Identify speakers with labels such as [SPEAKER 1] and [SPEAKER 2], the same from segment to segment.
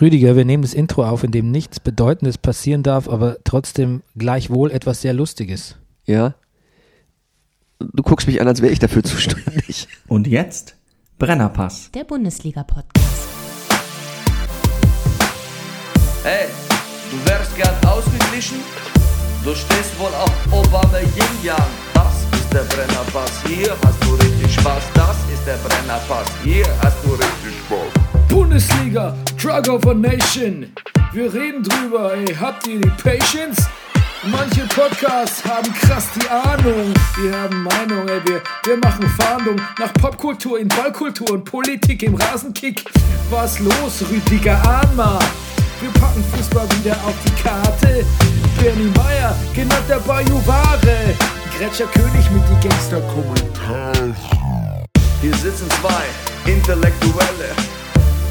[SPEAKER 1] Rüdiger, wir nehmen das Intro auf, in dem nichts Bedeutendes passieren darf, aber trotzdem gleichwohl etwas sehr Lustiges.
[SPEAKER 2] Ja. Du guckst mich an, als wäre ich dafür zuständig.
[SPEAKER 3] Und jetzt Brennerpass.
[SPEAKER 4] Der Bundesliga-Podcast.
[SPEAKER 5] Hey, du wärst gern ausgeglichen? Du stehst wohl auf Obama Yin Yang. Das ist der Brennerpass. Hier hast du richtig Spaß. Das ist der Brennerpass. Hier hast du richtig Spaß.
[SPEAKER 6] Bundesliga, Drug of a Nation. Wir reden drüber, ey. Habt ihr die Patience? Manche Podcasts haben krass die Ahnung. Wir haben Meinung, ey. Wir, wir machen Fahndung nach Popkultur in Ballkultur und Politik im Rasenkick. Was los, Rüdiger Ahnma? Wir packen Fußball wieder auf die Karte. Bernie Meyer, genannt der Bayou Ware. Gretscher König mit die Gangster-Kommentare.
[SPEAKER 5] Hier sitzen zwei Intellektuelle.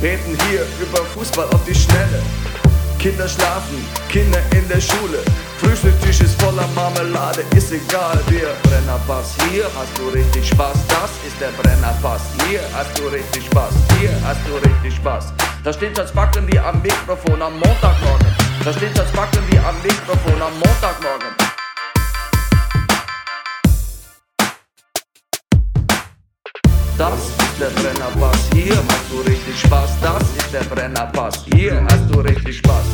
[SPEAKER 5] Reden hier über Fußball auf die Schnelle. Kinder schlafen, Kinder in der Schule. Frühstücktisch ist voller Marmelade, ist egal, wir Brennerpass. Hier hast du richtig Spaß, das ist der Brennerpass. Hier hast du richtig Spaß, hier hast du richtig Spaß. Da steht das Backen wie am Mikrofon am Montagmorgen. Da steht das Backen wie am Mikrofon am Montagmorgen. Das ist der Brennerpass, hier hast du richtig Spaß. Das ist der Brennerpass, hier hast du richtig Spaß.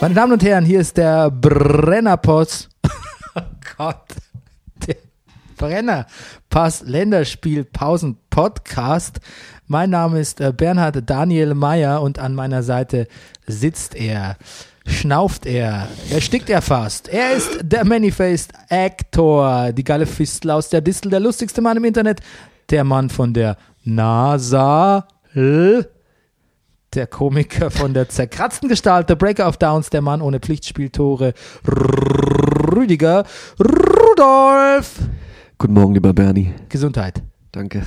[SPEAKER 1] Meine Damen und Herren, hier ist der Brennerpass. Oh Gott. Der Brennerpass Länderspiel Pausen Podcast. Mein Name ist äh, Bernhard Daniel Meyer und an meiner Seite sitzt er, schnauft er, erstickt er fast. Er ist der Many-Faced Actor, die geile Fistel aus der Distel, der lustigste Mann im Internet, der Mann von der NASA. L der Komiker von der zerkratzten Gestalt, der Breaker of Downs, der Mann ohne Pflichtspieltore, Rüdiger Rudolf.
[SPEAKER 2] Guten Morgen, lieber Bernie.
[SPEAKER 1] Gesundheit.
[SPEAKER 2] Danke.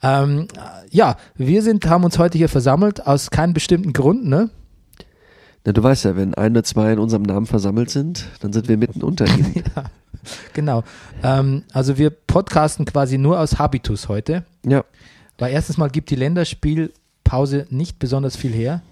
[SPEAKER 1] Ähm, ja, wir sind, haben uns heute hier versammelt, aus keinem bestimmten Grund, ne?
[SPEAKER 2] Na, du weißt ja, wenn ein oder zwei in unserem Namen versammelt sind, dann sind wir mitten unter ihnen.
[SPEAKER 1] Genau. Ähm, also wir podcasten quasi nur aus Habitus heute,
[SPEAKER 2] ja.
[SPEAKER 1] weil erstens mal gibt die Länderspielpause nicht besonders viel her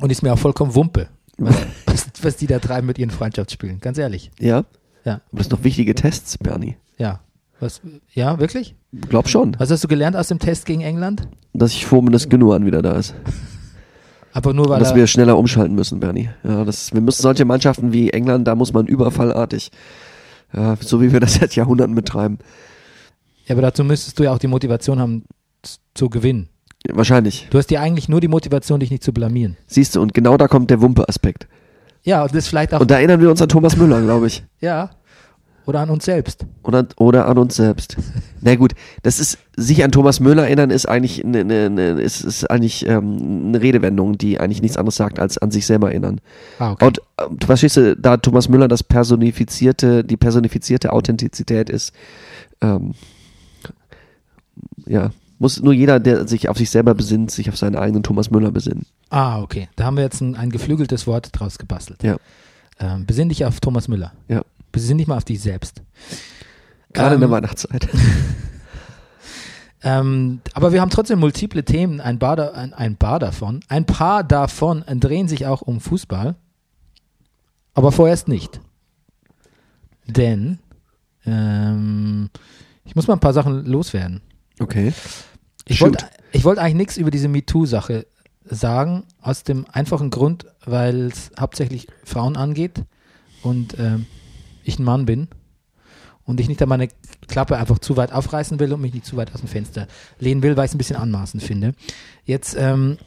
[SPEAKER 1] und ist mir auch vollkommen Wumpe, was, was, was die da treiben mit ihren Freundschaftsspielen, ganz ehrlich.
[SPEAKER 2] Ja.
[SPEAKER 1] Ja,
[SPEAKER 2] Aber das sind noch wichtige Tests, Bernie.
[SPEAKER 1] ja. Was, ja, wirklich?
[SPEAKER 2] Glaub schon,
[SPEAKER 1] Was hast du gelernt aus dem Test gegen England?
[SPEAKER 2] dass ich froh bin, dass Gündogan wieder da ist.
[SPEAKER 1] Aber nur weil
[SPEAKER 2] Dass
[SPEAKER 1] er-
[SPEAKER 2] wir schneller umschalten müssen, Bernie. Ja, das, wir müssen solche Mannschaften wie England, da muss man überfallartig. Ja, so wie wir das seit Jahrhunderten betreiben.
[SPEAKER 1] Ja, aber dazu müsstest du ja auch die Motivation haben z- zu gewinnen.
[SPEAKER 2] Ja, wahrscheinlich.
[SPEAKER 1] Du hast ja eigentlich nur die Motivation, dich nicht zu blamieren.
[SPEAKER 2] Siehst du, und genau da kommt der Wumpe-Aspekt.
[SPEAKER 1] Ja, und das vielleicht auch,
[SPEAKER 2] Und da erinnern wir uns an Thomas Müller, glaube ich.
[SPEAKER 1] ja, oder an uns selbst.
[SPEAKER 2] Oder, oder an uns selbst. Na gut, das ist, sich an Thomas Müller erinnern, ist eigentlich eine, eine, eine, ist, ist eigentlich, ähm, eine Redewendung, die eigentlich nichts anderes sagt, als an sich selber erinnern.
[SPEAKER 1] Ah, okay.
[SPEAKER 2] Und ähm, du verstehst du, da Thomas Müller das personifizierte, die personifizierte Authentizität ist, ähm, ja, muss nur jeder, der sich auf sich selber besinnt, sich auf seinen eigenen Thomas Müller besinnen.
[SPEAKER 1] Ah, okay. Da haben wir jetzt ein, ein geflügeltes Wort draus gebastelt.
[SPEAKER 2] Ja.
[SPEAKER 1] Ähm, besinn dich auf Thomas Müller.
[SPEAKER 2] Ja.
[SPEAKER 1] Besinn dich mal auf dich selbst.
[SPEAKER 2] Gerade in der
[SPEAKER 1] Ähm,
[SPEAKER 2] Weihnachtszeit.
[SPEAKER 1] Ähm, aber wir haben trotzdem multiple Themen. Ein paar, da, ein, ein paar davon, ein paar davon drehen sich auch um Fußball. Aber vorerst nicht. Denn ähm, ich muss mal ein paar Sachen loswerden.
[SPEAKER 2] Okay.
[SPEAKER 1] Ich
[SPEAKER 2] Shoot.
[SPEAKER 1] wollte ich wollte eigentlich nichts über diese MeToo-Sache sagen, aus dem einfachen Grund, weil es hauptsächlich Frauen angeht und ähm, ich ein Mann bin und ich nicht da meine Klappe einfach zu weit aufreißen will und mich nicht zu weit aus dem Fenster lehnen will, weil ich es ein bisschen anmaßend finde. Jetzt ähm,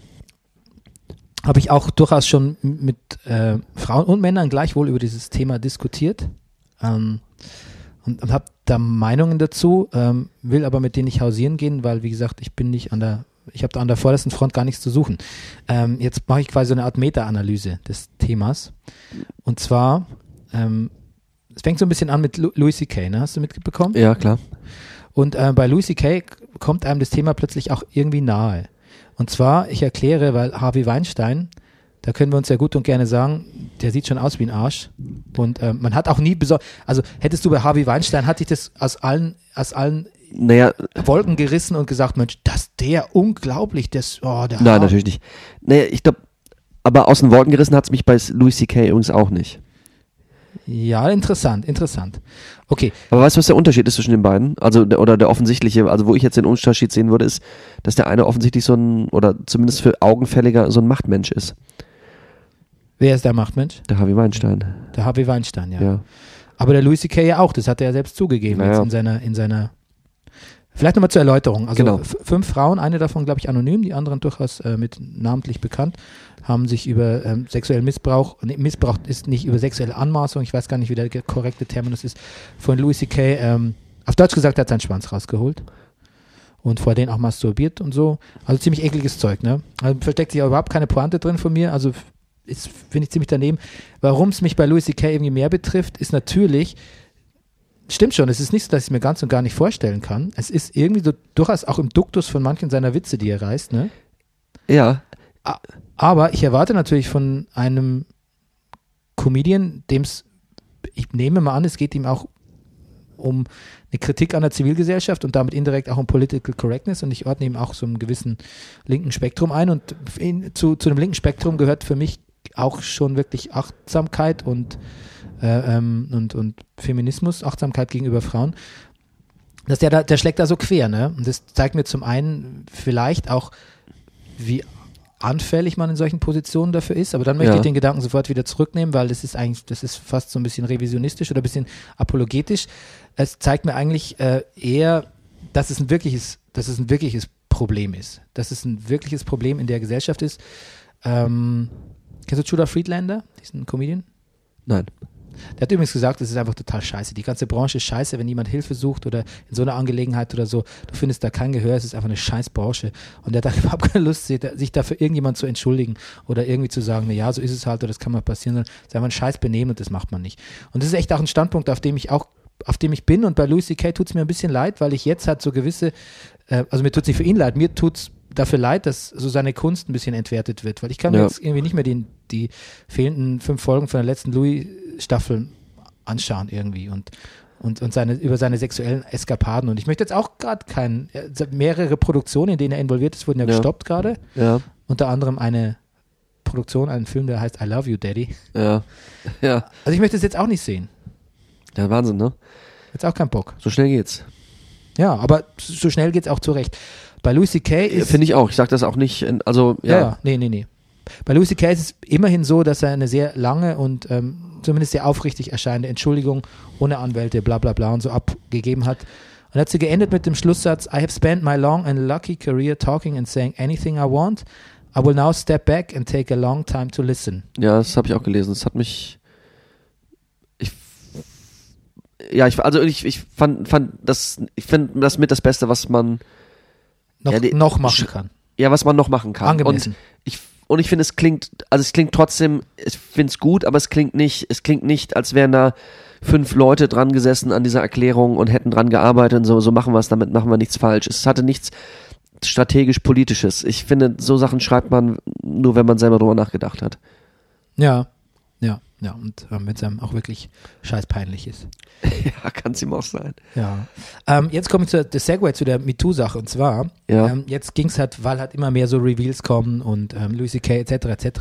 [SPEAKER 1] habe ich auch durchaus schon m- mit äh, Frauen und Männern gleichwohl über dieses Thema diskutiert ähm, und, und habe da Meinungen dazu, ähm, will aber mit denen nicht hausieren gehen, weil wie gesagt, ich bin nicht an der, ich habe da an der vordersten Front gar nichts zu suchen. Ähm, jetzt mache ich quasi so eine Art Meta-Analyse des Themas und zwar, ähm, es fängt so ein bisschen an mit Lu Louis C.K., ne? hast du mitbekommen?
[SPEAKER 2] Ja, klar.
[SPEAKER 1] Und äh, bei Louis C.K. kommt einem das Thema plötzlich auch irgendwie nahe. Und zwar, ich erkläre, weil Harvey Weinstein, da können wir uns ja gut und gerne sagen, der sieht schon aus wie ein Arsch. Und äh, man hat auch nie besonders, also hättest du bei Harvey Weinstein, hat dich das aus allen, aus allen
[SPEAKER 2] Naja,
[SPEAKER 1] Wolken gerissen und gesagt, Mensch, das der unglaublich, das, oh, der
[SPEAKER 2] nein, natürlich nicht. Naja, ich glaube, aber aus den Wolken gerissen hat es mich bei Louis C.K. übrigens auch nicht.
[SPEAKER 1] Ja, interessant, interessant. Okay,
[SPEAKER 2] Aber weißt du, was der Unterschied ist zwischen den beiden? Also, der, oder der offensichtliche, also wo ich jetzt den Unterschied sehen würde, ist, dass der eine offensichtlich so ein, oder zumindest für Augenfälliger, so ein Machtmensch ist.
[SPEAKER 1] wer ist der Machtmensch?
[SPEAKER 2] Der Harvey Weinstein.
[SPEAKER 1] Der Harvey Weinstein, ja.
[SPEAKER 2] Ja.
[SPEAKER 1] Aber der Louis C.K. ja auch, das hat er ja selbst zugegeben
[SPEAKER 2] Naja.
[SPEAKER 1] jetzt in seiner, in seiner. Vielleicht nochmal zur Erläuterung. Also
[SPEAKER 2] Genau.
[SPEAKER 1] f- fünf Frauen, eine davon, glaube ich, anonym, die anderen durchaus äh, mit namentlich bekannt, haben sich über ähm, sexuellen Missbrauch, nee, Missbrauch ist nicht über sexuelle Anmaßung, ich weiß gar nicht, wie der ge- korrekte Terminus ist, von Louis C.K. Ähm, auf Deutsch gesagt, er hat seinen Schwanz rausgeholt und vor denen auch masturbiert und so. Also ziemlich ekliges Zeug, ne? Also versteckt sich auch überhaupt keine Pointe drin von mir, also f- ist, finde ich ziemlich daneben. Warum es mich bei Louis C.K. irgendwie mehr betrifft, ist natürlich, stimmt schon, es ist nicht so, dass ich es mir ganz und gar nicht vorstellen kann. Es ist irgendwie so durchaus auch im Duktus von manchen seiner Witze, die er reißt, ne?
[SPEAKER 2] Ja.
[SPEAKER 1] Aber ich erwarte natürlich von einem Comedian, dem es, ich nehme mal an, es geht ihm auch um eine Kritik an der Zivilgesellschaft und damit indirekt auch um Political Correctness und ich ordne ihm auch so einem gewissen linken Spektrum ein und in, zu, zu dem linken Spektrum gehört für mich auch schon wirklich Achtsamkeit und, äh, ähm, und, und Feminismus, Achtsamkeit gegenüber Frauen. Dass der, da, der schlägt da so quer, ne? Und das zeigt mir zum einen vielleicht auch, wie anfällig man in solchen Positionen dafür ist, aber dann möchte
[SPEAKER 2] Ja.
[SPEAKER 1] ich den Gedanken sofort wieder zurücknehmen, weil das ist eigentlich, das ist fast so ein bisschen revisionistisch oder ein bisschen apologetisch. Es zeigt mir eigentlich äh, eher, dass es ein wirkliches, dass es ein wirkliches Problem ist. Dass es ein wirkliches Problem in der Gesellschaft ist. Ähm, kennst du Judah Friedlander, diesen Comedian?
[SPEAKER 2] Nein.
[SPEAKER 1] Der hat übrigens gesagt, es ist einfach total scheiße. Die ganze Branche ist scheiße, wenn jemand Hilfe sucht oder in so einer Angelegenheit oder so. Du findest da kein Gehör, es ist einfach eine scheiß Branche. Und der hat dann überhaupt keine Lust, sich da- sich dafür irgendjemand zu entschuldigen oder irgendwie zu sagen, na ja, so ist es halt oder das kann mal passieren, sondern es ist einfach ein scheiß Benehmen und das macht man nicht. Und das ist echt auch ein Standpunkt, auf dem ich auch auf dem ich bin und bei Louis C.K. tut es mir ein bisschen leid, weil ich jetzt halt so gewisse, äh, also mir tut es nicht für ihn leid, mir tut es dafür leid, dass so seine Kunst ein bisschen entwertet wird, weil ich kann mir
[SPEAKER 2] Ja.
[SPEAKER 1] jetzt irgendwie nicht mehr die, die fehlenden fünf Folgen von der letzten Louis-Staffel anschauen irgendwie und, und, und seine, über seine sexuellen Eskapaden und ich möchte jetzt auch gerade keinen, äh, mehrere Produktionen, in denen er involviert ist, wurden ja,
[SPEAKER 2] Ja.
[SPEAKER 1] gestoppt gerade,
[SPEAKER 2] Ja.
[SPEAKER 1] unter anderem eine Produktion, einen Film, der heißt I Love You Daddy.
[SPEAKER 2] Ja. Ja.
[SPEAKER 1] Also ich möchte es jetzt auch nicht sehen,
[SPEAKER 2] Ja, Wahnsinn, ne?
[SPEAKER 1] jetzt auch keinen Bock.
[SPEAKER 2] So schnell geht's.
[SPEAKER 1] Ja, aber so schnell geht's auch zurecht. Bei Louis C.K. ist
[SPEAKER 2] Äh, Finde ich auch. Ich sag das auch nicht, in, also,
[SPEAKER 1] ja,
[SPEAKER 2] ja.
[SPEAKER 1] ja, nee, nee, nee. Bei Louis C.K. ist es immerhin so, dass er eine sehr lange und ähm, zumindest sehr aufrichtig erscheinende Entschuldigung ohne Anwälte, bla bla bla und so abgegeben hat. Und hat sie geendet mit dem Schlusssatz: I have spent my long and lucky career talking and saying anything I want. I will now step back and take a long time to listen.
[SPEAKER 2] Ja, das habe ich auch gelesen. Das hat mich. Ich. Ja, ich, also ich, ich fand, fand das, ich finde das mit das Beste, was man,
[SPEAKER 1] Noch,
[SPEAKER 2] Ja, die-
[SPEAKER 1] noch machen kann.
[SPEAKER 2] ja, was man noch machen kann.
[SPEAKER 1] Angemessen.
[SPEAKER 2] Und ich, und ich finde, es klingt, also es klingt trotzdem, ich finde es gut, aber es klingt nicht, es klingt nicht, als wären da fünf Leute dran gesessen an dieser Erklärung und hätten dran gearbeitet und so, so machen wir es, damit machen wir nichts falsch. Es hatte nichts strategisch-politisches. Ich finde, so Sachen schreibt man nur, wenn man selber drüber nachgedacht hat.
[SPEAKER 1] Ja, ja, ja. Und ähm, wenn es einem auch wirklich scheißpeinlich ist.
[SPEAKER 2] Ja, kann es ihm auch sein.
[SPEAKER 1] Ja. Ähm, jetzt komme ich zur der Segway zu der MeToo-Sache und zwar,
[SPEAKER 2] Ja.
[SPEAKER 1] ähm, jetzt ging es halt, weil halt immer mehr so Reveals kommen und ähm, Louis C.K. etc. etc.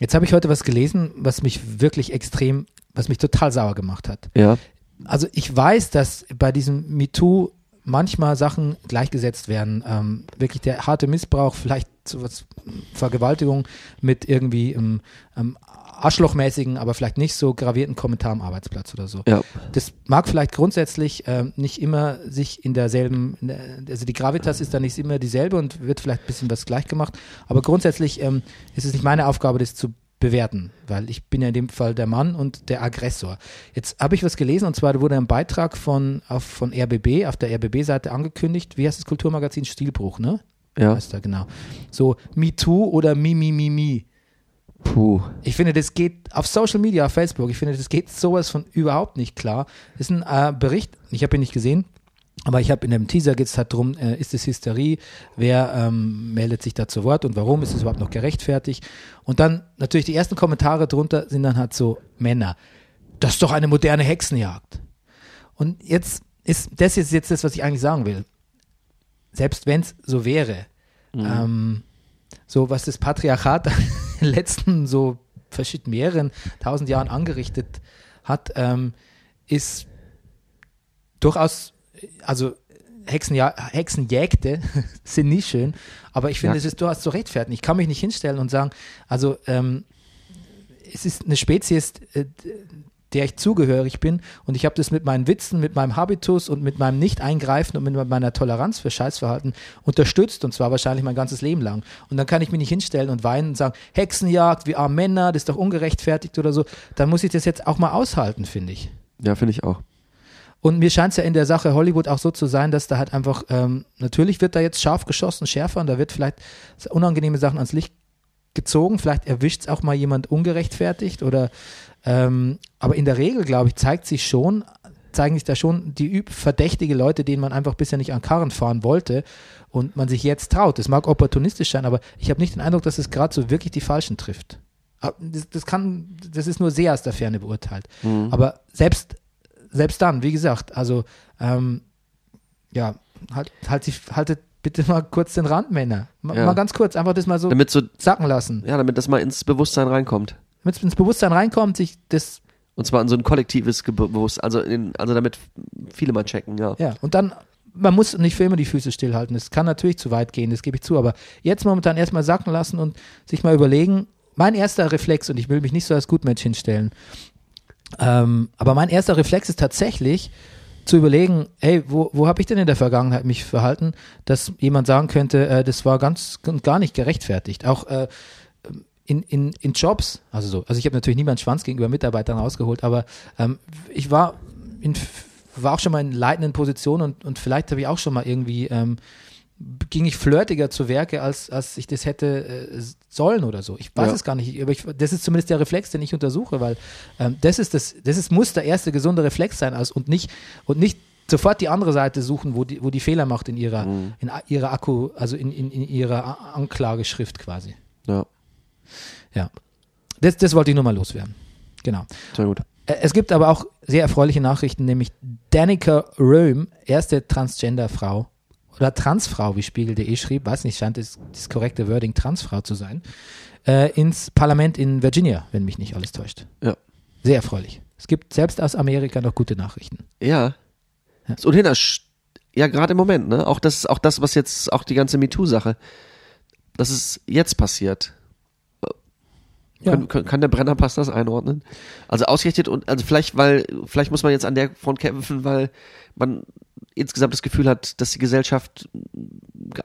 [SPEAKER 1] Jetzt habe ich heute was gelesen, was mich wirklich extrem, was mich total sauer gemacht hat.
[SPEAKER 2] Ja.
[SPEAKER 1] Also ich weiß, dass bei diesem MeToo manchmal Sachen gleichgesetzt werden. Ähm, wirklich der harte Missbrauch, vielleicht sowas Vergewaltigung mit irgendwie ähm, ähm, arschlochmäßigen, aber vielleicht nicht so gravierten Kommentar am Arbeitsplatz oder so
[SPEAKER 2] Ja.
[SPEAKER 1] das mag vielleicht grundsätzlich ähm, nicht immer sich in derselben, in der- also die Gravitas ist da nicht immer dieselbe und wird vielleicht ein bisschen was gleich gemacht, aber grundsätzlich ähm, ist es nicht meine Aufgabe, das zu bewerten, weil ich bin ja in dem Fall der Mann und der Aggressor. Jetzt habe ich was gelesen und zwar wurde ein Beitrag von, auf, von RBB, auf der RBB-Seite angekündigt, wie heißt das Kulturmagazin? Stilbruch, ne?
[SPEAKER 2] Ja.
[SPEAKER 1] Heißt da genau. So, Me Too oder Mi, Mi, Mi, Mi.
[SPEAKER 2] Puh.
[SPEAKER 1] Ich finde, das geht auf Social Media, auf Facebook, ich finde, das geht sowas von überhaupt nicht klar. Das ist ein äh, Bericht, ich habe ihn nicht gesehen, aber ich habe in dem Teaser geht es halt drum, äh, ist es Hysterie, wer ähm, meldet sich da zu Wort und warum, ist es überhaupt noch gerechtfertigt? Und dann natürlich die ersten Kommentare drunter sind dann halt so Männer. Das ist doch eine moderne Hexenjagd. Und jetzt ist, das ist jetzt das, was ich eigentlich sagen will. Selbst wenn es so wäre, ähm, so was das Patriarchat in den letzten so verschied- mehreren tausend Jahren angerichtet hat, ähm, ist durchaus, also Hexenja Hexenjägte sind nicht schön, aber ich finde,
[SPEAKER 2] Ja.
[SPEAKER 1] es ist durchaus zu rechtfertigen. Ich kann mich nicht hinstellen und sagen, also ähm, es ist eine Spezies, äh, der ich zugehörig bin und ich habe das mit meinen Witzen, mit meinem Habitus und mit meinem Nicht-Eingreifen und mit meiner Toleranz für Scheißverhalten unterstützt und zwar wahrscheinlich mein ganzes Leben lang. Und dann kann ich mich nicht hinstellen und weinen und sagen, Hexenjagd, wir armen Männer, das ist doch ungerechtfertigt oder so. Dann muss ich das jetzt auch mal aushalten, finde ich.
[SPEAKER 2] Ja, finde ich auch.
[SPEAKER 1] Und mir scheint es ja in der Sache Hollywood auch so zu sein, dass da halt einfach, ähm, natürlich wird da jetzt scharf geschossen, schärfer und da wird vielleicht unangenehme Sachen ans Licht gezogen, vielleicht erwischt es auch mal jemand ungerechtfertigt oder, ähm, aber in der Regel, glaube ich, zeigt sich schon, zeigen sich da schon die üb verdächtige Leute, denen man einfach bisher nicht an Karren fahren wollte und man sich jetzt traut. Das mag opportunistisch sein, aber ich habe nicht den Eindruck, dass es gerade so wirklich die Falschen trifft. Ah, Das, das kann, das ist nur sehr aus der Ferne beurteilt.
[SPEAKER 2] Mhm.
[SPEAKER 1] Aber selbst selbst dann, wie gesagt, also ähm, ja, halt, halt, die- haltet bitte mal kurz den Rand, Männer. Mal,
[SPEAKER 2] Ja.
[SPEAKER 1] mal ganz kurz, einfach das mal so
[SPEAKER 2] Damit so,
[SPEAKER 1] sacken lassen.
[SPEAKER 2] ja, damit das mal ins Bewusstsein reinkommt.
[SPEAKER 1] Damit es ins Bewusstsein reinkommt, sich das,
[SPEAKER 2] Und zwar in so ein kollektives Ge- Bewusstsein, also, in, also damit viele mal checken, ja.
[SPEAKER 1] ja, und dann, man muss nicht für immer die Füße stillhalten. Das kann natürlich zu weit gehen, das gebe ich zu, aber jetzt momentan erstmal sacken lassen und sich mal überlegen, mein erster Reflex, und ich will mich nicht so als Gutmensch hinstellen, ähm, aber mein erster Reflex ist tatsächlich, zu überlegen, ey, wo, wo habe ich denn in der Vergangenheit mich verhalten, dass jemand sagen könnte, äh, das war ganz und gar nicht gerechtfertigt. Auch äh, in, in, in Jobs, also so, also ich habe natürlich niemanden Schwanz gegenüber Mitarbeitern rausgeholt, aber ähm, ich war in war auch schon mal in leitenden Positionen und, und vielleicht habe ich auch schon mal irgendwie ähm, ging ich flirtiger zu Werke, als, als ich das hätte äh, sollen oder so. Ich weiß
[SPEAKER 2] Ja.
[SPEAKER 1] es gar nicht, aber ich, das ist zumindest der Reflex, den ich untersuche, weil ähm, das ist das, das ist, muss der erste gesunde Reflex sein als, und nicht und nicht sofort die andere Seite suchen, wo die, wo die Fehler macht in ihrer, in a- ihrer Akku, also in, in, in ihrer A- Anklageschrift quasi.
[SPEAKER 2] Ja,
[SPEAKER 1] Ja. Das, das wollte ich nur mal loswerden. Genau.
[SPEAKER 2] sehr gut.
[SPEAKER 1] Äh, Es gibt aber auch sehr erfreuliche Nachrichten, nämlich Danica Röhm, erste Transgender-Frau oder Transfrau, wie Spiegel.de schrieb, weiß nicht, scheint das, das korrekte Wording Transfrau zu sein, äh, ins Parlament in Virginia, wenn mich nicht alles täuscht.
[SPEAKER 2] Ja.
[SPEAKER 1] Sehr erfreulich. Es gibt selbst aus Amerika noch gute Nachrichten.
[SPEAKER 2] Ja. Und Hina, sch- ja, gerade im Moment, ne? Auch das, auch das, was jetzt, auch die ganze MeToo-Sache, das ist jetzt passiert.
[SPEAKER 1] Ja.
[SPEAKER 2] Kann, kann, kann der Brennerpass das einordnen? Also ausgerichtet und also vielleicht, weil, vielleicht muss man jetzt an der Front kämpfen, weil man insgesamt das Gefühl hat, dass die Gesellschaft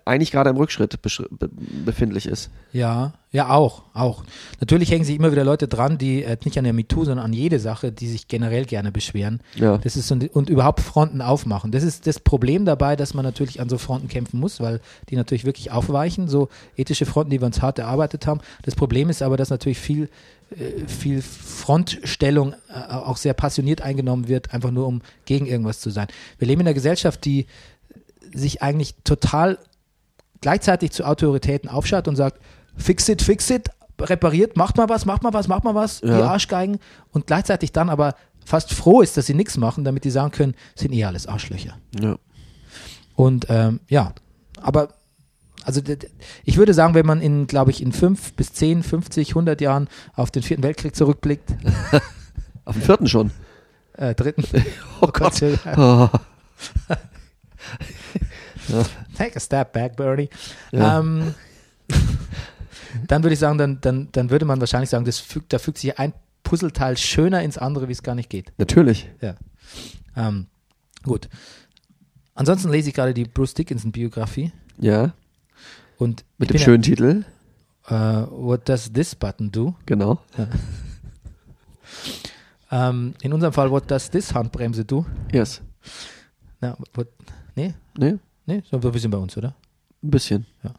[SPEAKER 2] eigentlich gerade im Rückschritt besch- be befindlich ist.
[SPEAKER 1] Ja, ja, auch, auch. Natürlich hängen sich immer wieder Leute dran, die äh, nicht an der MeToo, sondern an jede Sache, die sich generell gerne beschweren.
[SPEAKER 2] Ja.
[SPEAKER 1] Das ist so, ein- und überhaupt Fronten aufmachen. Das ist das Problem dabei, dass man natürlich an so Fronten kämpfen muss, weil die natürlich wirklich aufweichen, so ethische Fronten, die wir uns hart erarbeitet haben. Das Problem ist aber, dass natürlich viel, äh, viel Frontstellung äh, auch sehr passioniert eingenommen wird, einfach nur um gegen irgendwas zu sein. Wir leben in einer Gesellschaft, die sich eigentlich total gleichzeitig zu Autoritäten aufschaut und sagt, fix it, fix it, repariert, macht mal was, macht mal was, macht mal was, die
[SPEAKER 2] Ja.
[SPEAKER 1] Arschgeigen und gleichzeitig dann aber fast froh ist, dass sie nichts machen, damit die sagen können, sind eh alles Arschlöcher.
[SPEAKER 2] Ja.
[SPEAKER 1] Und ähm, ja, aber also d- d- ich würde sagen, wenn man in, glaube ich, in fünf bis zehn, 50, 100 Jahren auf den Vierten Weltkrieg zurückblickt,
[SPEAKER 2] Auf dem vierten schon.
[SPEAKER 1] äh, dritten,
[SPEAKER 2] Oh Gott. Oh.
[SPEAKER 1] Take a step back, Bernie. Ähm, dann würde ich sagen, dann, dann, dann würde man wahrscheinlich sagen, das fügt, da fügt sich ein Puzzleteil schöner ins andere, wie es gar nicht geht.
[SPEAKER 2] Natürlich.
[SPEAKER 1] Ja. Ähm, gut. Ansonsten lese ich gerade die Bruce Dickinson-Biografie
[SPEAKER 2] Ja.
[SPEAKER 1] und ich
[SPEAKER 2] Mit dem
[SPEAKER 1] bin
[SPEAKER 2] schönen Titel.
[SPEAKER 1] Ja, äh, What does this button do?
[SPEAKER 2] Genau.
[SPEAKER 1] Ähm, in unserem Fall, what does this Handbremse do?
[SPEAKER 2] Yes.
[SPEAKER 1] Na, what, nee,
[SPEAKER 2] Nee.
[SPEAKER 1] nee, so ein bisschen bei uns, oder?
[SPEAKER 2] Ein bisschen.
[SPEAKER 1] Ja.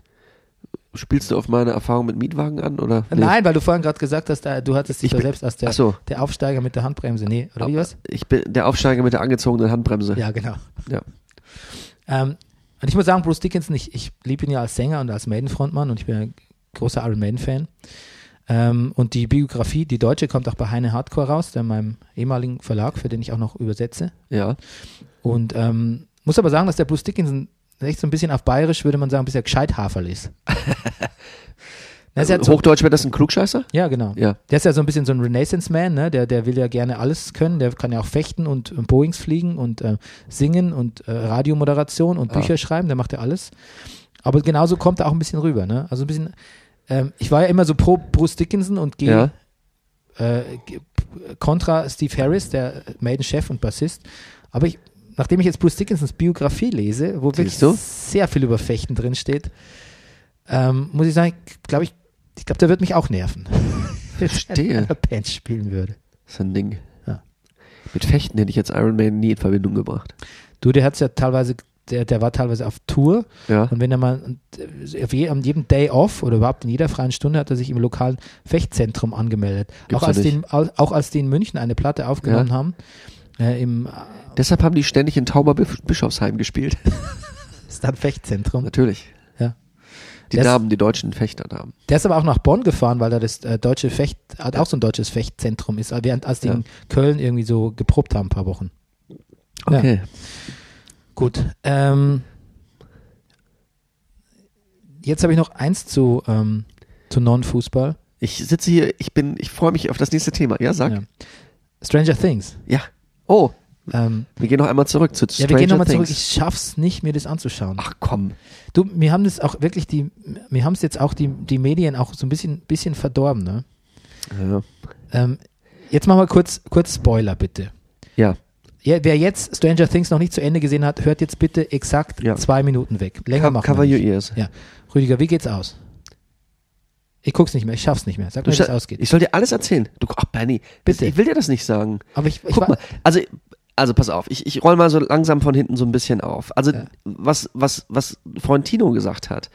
[SPEAKER 2] Spielst du auf meine Erfahrung mit Mietwagen an oder?
[SPEAKER 1] Äh, Nein, weil du vorhin gerade gesagt hast, äh, du hattest dich
[SPEAKER 2] Ich
[SPEAKER 1] da
[SPEAKER 2] bin-
[SPEAKER 1] selbst als der,
[SPEAKER 2] Ach so.
[SPEAKER 1] der Aufsteiger mit der Handbremse. Nee, oder wie was?
[SPEAKER 2] Ich bin der Aufsteiger mit der angezogenen Handbremse.
[SPEAKER 1] Ja, genau.
[SPEAKER 2] Ja.
[SPEAKER 1] Ähm, und ich muss sagen, Bruce Dickinson, ich, ich liebe ihn ja als Sänger und als Maiden-Frontmann und ich bin ein großer Iron Maiden-Fan. Ähm, und die Biografie, die deutsche, kommt auch bei Heine Hardcore raus, der meinem ehemaligen Verlag, für den ich auch noch übersetze.
[SPEAKER 2] Ja.
[SPEAKER 1] Und ähm, muss aber sagen, dass der Bruce Dickinson echt so ein bisschen auf bayerisch, würde man sagen, ein bisschen gescheit Haferl ist. Na, ist ja, so,
[SPEAKER 2] Äh, Hochdeutsch wäre das ein Klugscheißer?
[SPEAKER 1] ja, genau.
[SPEAKER 2] Ja.
[SPEAKER 1] Der ist ja so ein bisschen so ein Renaissance-Man, ne? der, der will ja gerne alles können, der kann ja auch fechten und äh, Boeings fliegen und äh, singen und äh, Radiomoderation und Bücher schreiben, der macht ja alles. Aber genauso kommt er auch ein bisschen rüber. Ne? Also ein bisschen, ähm, ich war ja immer so pro Bruce Dickinson und gehe
[SPEAKER 2] Ja.
[SPEAKER 1] äh, ge- p- kontra Steve Harris, der Maiden-Chef und Bassist. Aber ich, nachdem ich jetzt Bruce Dickinsons Biografie lese, wo wirklich
[SPEAKER 2] Siehst du?
[SPEAKER 1] sehr viel über Fechten drin steht, ähm, muss ich sagen, glaube ich, ich glaube, der wird mich auch nerven. Wenn er in
[SPEAKER 2] Verstehe.
[SPEAKER 1] einer Band spielen würde.
[SPEAKER 2] Das ist ein Ding.
[SPEAKER 1] Ja.
[SPEAKER 2] Mit Fechten hätte ich jetzt Iron Man nie in Verbindung gebracht.
[SPEAKER 1] Du, der hat's ja teilweise, der, der war teilweise auf Tour
[SPEAKER 2] Ja.
[SPEAKER 1] und wenn er mal und, äh, auf je, an jedem Day off oder überhaupt in jeder freien Stunde hat er sich im lokalen Fechtzentrum angemeldet.
[SPEAKER 2] Gibt's
[SPEAKER 1] Auch als,
[SPEAKER 2] ja
[SPEAKER 1] die, in- au- auch als die in München eine Platte aufgenommen
[SPEAKER 2] Ja.
[SPEAKER 1] haben, äh, im
[SPEAKER 2] Deshalb haben die ständig in Tauberbischofsheim gespielt.
[SPEAKER 1] Stadtfechtzentrum.
[SPEAKER 2] Natürlich.
[SPEAKER 1] Ja.
[SPEAKER 2] Die
[SPEAKER 1] Das-
[SPEAKER 2] Damen, die deutschen Fechterdamen.
[SPEAKER 1] Der ist aber auch nach Bonn gefahren, weil da das äh, deutsche Fecht, hat auch so ein deutsches Fechtzentrum ist, während als die
[SPEAKER 2] Ja.
[SPEAKER 1] in Köln irgendwie so geprobt haben, ein paar Wochen. Ja.
[SPEAKER 2] Okay.
[SPEAKER 1] Gut. Ähm, jetzt habe ich noch eins zu, ähm, zu Non-Fußball.
[SPEAKER 2] Ich sitze hier, ich bin, ich freue mich auf das nächste Thema. Ja, sag.
[SPEAKER 1] Ja.
[SPEAKER 2] Ja.
[SPEAKER 1] Stranger Things.
[SPEAKER 2] Oh,
[SPEAKER 1] Ähm,
[SPEAKER 2] wir gehen noch einmal zurück zu
[SPEAKER 1] ja,
[SPEAKER 2] Stranger
[SPEAKER 1] wir gehen nochmal
[SPEAKER 2] Things.
[SPEAKER 1] zurück. Ich schaff's nicht, mir das anzuschauen.
[SPEAKER 2] Ach komm.
[SPEAKER 1] Du, mir haben das auch wirklich die, mir haben es jetzt auch die, die Medien auch so ein bisschen, bisschen verdorben, ne?
[SPEAKER 2] Ja.
[SPEAKER 1] Ähm, jetzt machen wir kurz, kurz Spoiler, bitte.
[SPEAKER 2] Ja.
[SPEAKER 1] Ja, wer jetzt Stranger Things noch nicht zu Ende gesehen hat, hört jetzt bitte exakt
[SPEAKER 2] Ja.
[SPEAKER 1] zwei Minuten weg. Länger
[SPEAKER 2] Co-
[SPEAKER 1] machen
[SPEAKER 2] Cover
[SPEAKER 1] wir
[SPEAKER 2] your
[SPEAKER 1] nicht.
[SPEAKER 2] ears.
[SPEAKER 1] Ja. Rüdiger, wie geht's aus? Ich guck's nicht mehr, ich schaff's nicht mehr. Sag
[SPEAKER 2] Du
[SPEAKER 1] mir, wie es
[SPEAKER 2] sta-
[SPEAKER 1] ausgeht.
[SPEAKER 2] Ich soll dir alles erzählen. Du, ach, Benny,
[SPEAKER 1] Bitte.
[SPEAKER 2] Ich will dir das nicht sagen.
[SPEAKER 1] Aber ich, ich
[SPEAKER 2] Guck
[SPEAKER 1] war,
[SPEAKER 2] mal, also, also pass auf, ich, ich roll mal so langsam von hinten so ein bisschen auf. Also,
[SPEAKER 1] Ja.
[SPEAKER 2] was, was, was Frontino gesagt hat,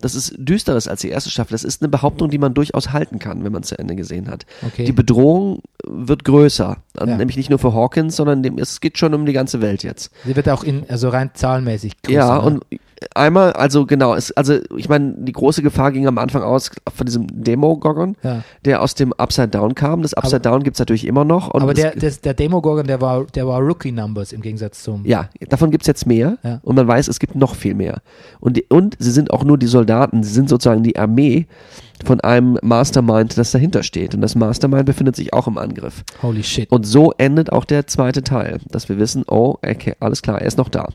[SPEAKER 2] das ist düsteres als die erste Staffel. Das ist eine Behauptung, die man durchaus halten kann, wenn man es zu Ende gesehen hat.
[SPEAKER 1] Okay.
[SPEAKER 2] Die Bedrohung wird größer. Also,
[SPEAKER 1] Ja.
[SPEAKER 2] Nämlich nicht nur für Hawkins, sondern dem, es geht schon um die ganze Welt jetzt.
[SPEAKER 1] sie wird auch in, also rein zahlenmäßig größer,
[SPEAKER 2] Ja,
[SPEAKER 1] ne?
[SPEAKER 2] und einmal, also genau, es, also ich meine, die große Gefahr ging am Anfang aus von diesem Demo-Gorgon,
[SPEAKER 1] Ja.
[SPEAKER 2] der aus dem Upside Down kam. Das Upside Down gibt's natürlich immer noch. Und
[SPEAKER 1] Aber
[SPEAKER 2] es-
[SPEAKER 1] der, der, der Demogorgon, der war, der war Rookie Numbers im Gegensatz zum.
[SPEAKER 2] Ja, davon gibt's jetzt mehr
[SPEAKER 1] Ja.
[SPEAKER 2] und man weiß, es gibt noch viel mehr. Und, die, und sie sind auch nur die Soldaten, sie sind sozusagen die Armee von einem Mastermind, das dahinter steht. Und das Mastermind befindet sich auch im Angriff.
[SPEAKER 1] Holy shit.
[SPEAKER 2] Und so endet auch der zweite Teil, dass wir wissen, oh, okay, alles klar, er ist noch da.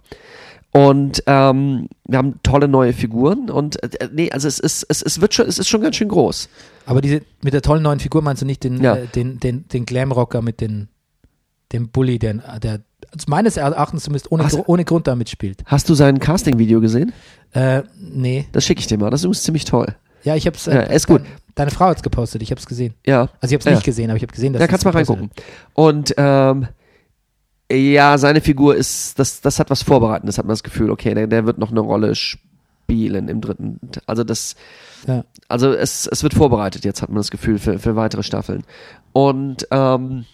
[SPEAKER 2] Und ähm, wir haben tolle neue Figuren und äh, nee, also es ist, es, es wird schon, es ist schon ganz schön groß.
[SPEAKER 1] Aber diese, mit der tollen neuen Figur meinst du nicht den,
[SPEAKER 2] Ja.
[SPEAKER 1] äh, den, den, den Glamrocker mit den, dem Bully, der, der meines Erachtens zumindest ohne,
[SPEAKER 2] Hast-
[SPEAKER 1] Gru- ohne Grund da mitspielt.
[SPEAKER 2] Hast du sein Casting-Video gesehen?
[SPEAKER 1] Äh, nee.
[SPEAKER 2] Das schicke ich dir mal, das ist übrigens ziemlich toll.
[SPEAKER 1] Ja, ich hab's.
[SPEAKER 2] Ja, ist gut.
[SPEAKER 1] Deine, deine Frau hat's gepostet, ich hab's gesehen.
[SPEAKER 2] Ja.
[SPEAKER 1] Also ich hab's
[SPEAKER 2] Ja.
[SPEAKER 1] nicht gesehen, aber ich hab gesehen, dass
[SPEAKER 2] Da
[SPEAKER 1] sie's
[SPEAKER 2] kannst mal
[SPEAKER 1] gepostet
[SPEAKER 2] reingucken. Und ähm, ja, seine Figur ist, das, das hat was Vorbereitendes, hat man das Gefühl, okay, der, der wird noch eine Rolle spielen im dritten. Also das,
[SPEAKER 1] Ja.
[SPEAKER 2] also es, es wird vorbereitet jetzt, hat man das Gefühl, für, für weitere Staffeln. Und ähm,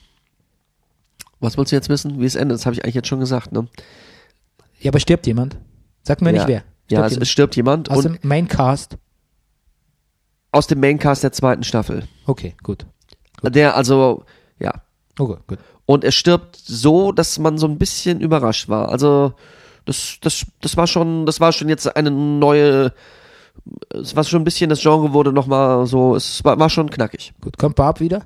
[SPEAKER 2] was willst du jetzt wissen? Wie es endet? Das habe ich eigentlich jetzt schon gesagt, ne?
[SPEAKER 1] hat. Ja, aber stirbt jemand? Sag mir
[SPEAKER 2] ja.
[SPEAKER 1] nicht wer.
[SPEAKER 2] Ja,
[SPEAKER 1] Stirbt
[SPEAKER 2] es, es
[SPEAKER 1] jemand?
[SPEAKER 2] stirbt jemand
[SPEAKER 1] Aus
[SPEAKER 2] und
[SPEAKER 1] dem Maincast.
[SPEAKER 2] aus dem Maincast der zweiten Staffel.
[SPEAKER 1] Okay, gut.
[SPEAKER 2] Der also, ja,
[SPEAKER 1] Okay, gut.
[SPEAKER 2] Und er stirbt so, dass man so ein bisschen überrascht war. Also das, das, das war schon, das war schon jetzt eine neue, es war schon ein bisschen, das Genre wurde nochmal so, es war, war schon knackig.
[SPEAKER 1] Gut. Kommt Barb wieder?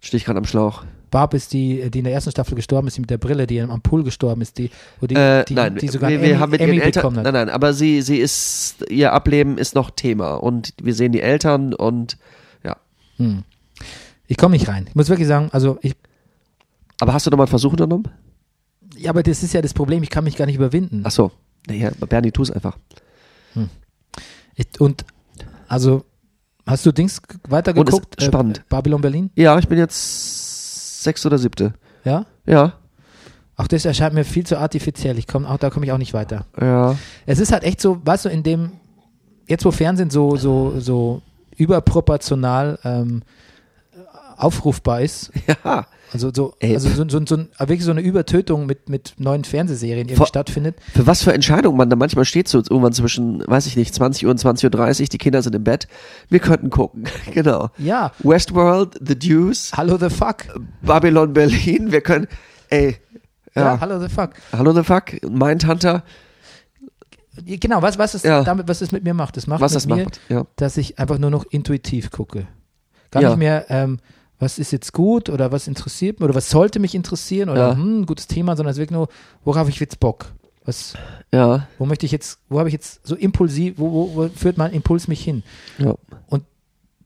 [SPEAKER 2] Stehe ich gerade am Schlauch.
[SPEAKER 1] Barb ist die, die in der ersten Staffel gestorben ist, die mit der Brille, die am Pool gestorben ist, die, wo die,
[SPEAKER 2] Äh,
[SPEAKER 1] die,
[SPEAKER 2] nein,
[SPEAKER 1] die sogar
[SPEAKER 2] wir,
[SPEAKER 1] einen
[SPEAKER 2] wir haben mit
[SPEAKER 1] Emmy
[SPEAKER 2] ihren Eltern,
[SPEAKER 1] bekommen hat.
[SPEAKER 2] nein, nein, aber sie, sie ist, ihr Ableben ist noch Thema und wir sehen die Eltern und ja.
[SPEAKER 1] Hm. Ich komme nicht rein. Ich muss wirklich sagen, also ich,
[SPEAKER 2] Aber hast du nochmal einen Versuch unternommen?
[SPEAKER 1] ja, aber das ist ja das Problem, ich kann mich gar nicht überwinden.
[SPEAKER 2] Ach so. Naja, Bernie, tu es einfach.
[SPEAKER 1] Ich, und, also, hast du Dings g- weitergeguckt?
[SPEAKER 2] Und ist spannend.
[SPEAKER 1] Äh, Babylon Berlin?
[SPEAKER 2] Ja, ich bin jetzt sechs oder siebte.
[SPEAKER 1] Ja?
[SPEAKER 2] Ja,
[SPEAKER 1] Auch das erscheint mir viel zu artifiziell. Ich komm, auch, da komme ich auch nicht weiter.
[SPEAKER 2] ja.
[SPEAKER 1] Es ist halt echt so, weißt du, in dem, jetzt wo Fernsehen so, so, so überproportional ähm, aufrufbar ist,
[SPEAKER 2] Ja.
[SPEAKER 1] also so,
[SPEAKER 2] Ey.
[SPEAKER 1] also so, so, so, ein- wirklich so eine Übertötung mit, mit neuen Fernsehserien irgendwie
[SPEAKER 2] Vor-
[SPEAKER 1] stattfindet.
[SPEAKER 2] Für was für Entscheidungen man da manchmal steht, so irgendwann zwischen, weiß ich nicht, 20 Uhr und 20.30 Uhr, die Kinder sind im Bett, wir könnten gucken, genau.
[SPEAKER 1] Ja.
[SPEAKER 2] Westworld, The Deuce,
[SPEAKER 1] Hallo the fuck.
[SPEAKER 2] Babylon Berlin, wir können, ey,
[SPEAKER 1] Ja,
[SPEAKER 2] Ja.
[SPEAKER 1] hallo the fuck.
[SPEAKER 2] Hallo the fuck, Mindhunter,
[SPEAKER 1] Genau, was, was, es
[SPEAKER 2] Ja.
[SPEAKER 1] damit, was es mit mir macht. Das macht
[SPEAKER 2] was
[SPEAKER 1] mit
[SPEAKER 2] das
[SPEAKER 1] mir,
[SPEAKER 2] macht. Ja.
[SPEAKER 1] dass ich einfach nur noch intuitiv gucke. Gar
[SPEAKER 2] Ja.
[SPEAKER 1] nicht mehr, ähm, was ist jetzt gut oder was interessiert mich oder was sollte mich interessieren oder
[SPEAKER 2] Ja.
[SPEAKER 1] hm, gutes Thema, sondern es ist wirklich nur, worauf habe ich jetzt Bock? Was,
[SPEAKER 2] ja,
[SPEAKER 1] wo möchte ich jetzt, wo habe ich jetzt so impulsiv, wo, wo, wo führt mein Impuls mich hin?
[SPEAKER 2] ja,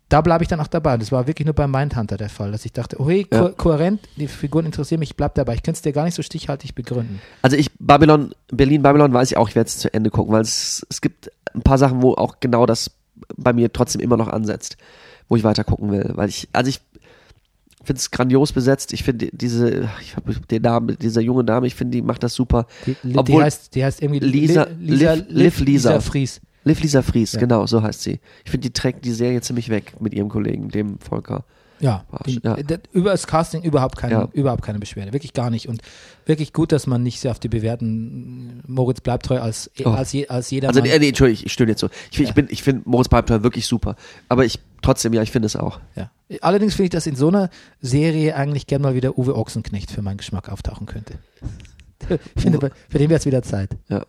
[SPEAKER 1] Da bleibe ich dann auch dabei. Das war wirklich nur bei Mindhunter der Fall, dass ich dachte, oh hey, ko
[SPEAKER 2] Ja.
[SPEAKER 1] kohärent, die Figuren interessieren mich, ich bleib dabei. Ich könnte es dir gar nicht so stichhaltig begründen.
[SPEAKER 2] Also ich, Babylon, Berlin, Babylon weiß ich auch, ich werde es zu Ende gucken, weil es, es gibt ein paar Sachen, wo auch genau das bei mir trotzdem immer noch ansetzt, wo ich weiter gucken will. Weil ich, also ich finde es grandios besetzt. Ich finde diese, ich habe den Namen, dieser junge Name, ich finde, die macht das super.
[SPEAKER 1] Die, li- die,
[SPEAKER 2] Obwohl-
[SPEAKER 1] heißt, die heißt irgendwie
[SPEAKER 2] Lisa-
[SPEAKER 1] Li- Lisa,
[SPEAKER 2] Liv- Liv Lisa.
[SPEAKER 1] Fries.
[SPEAKER 2] Liv Lisa Fries,
[SPEAKER 1] Ja.
[SPEAKER 2] genau, so heißt sie. Ich finde, die trägt die Serie ziemlich weg mit ihrem Kollegen, dem Volker.
[SPEAKER 1] Ja,
[SPEAKER 2] Arsch,
[SPEAKER 1] den,
[SPEAKER 2] ja.
[SPEAKER 1] d- über das Casting überhaupt keine,
[SPEAKER 2] Ja.
[SPEAKER 1] überhaupt keine Beschwerde, wirklich gar nicht. Und wirklich gut, dass man nicht sehr auf die bewährten Moritz bleibt treu als,
[SPEAKER 2] Oh.
[SPEAKER 1] als, je, als jeder
[SPEAKER 2] Also,
[SPEAKER 1] Mann.
[SPEAKER 2] nee, nee, Entschuldigung, ich stöhne jetzt so. Ich, find- ich bin, ich finde Moritz Piper wirklich super. Aber ich, trotzdem, ja, ich finde es auch.
[SPEAKER 1] ja. Allerdings finde ich, dass in so einer Serie eigentlich gerne mal wieder Uwe Ochsenknecht für meinen Geschmack auftauchen könnte. Ich finde, bei- für den wäre es wieder Zeit.
[SPEAKER 2] Ja.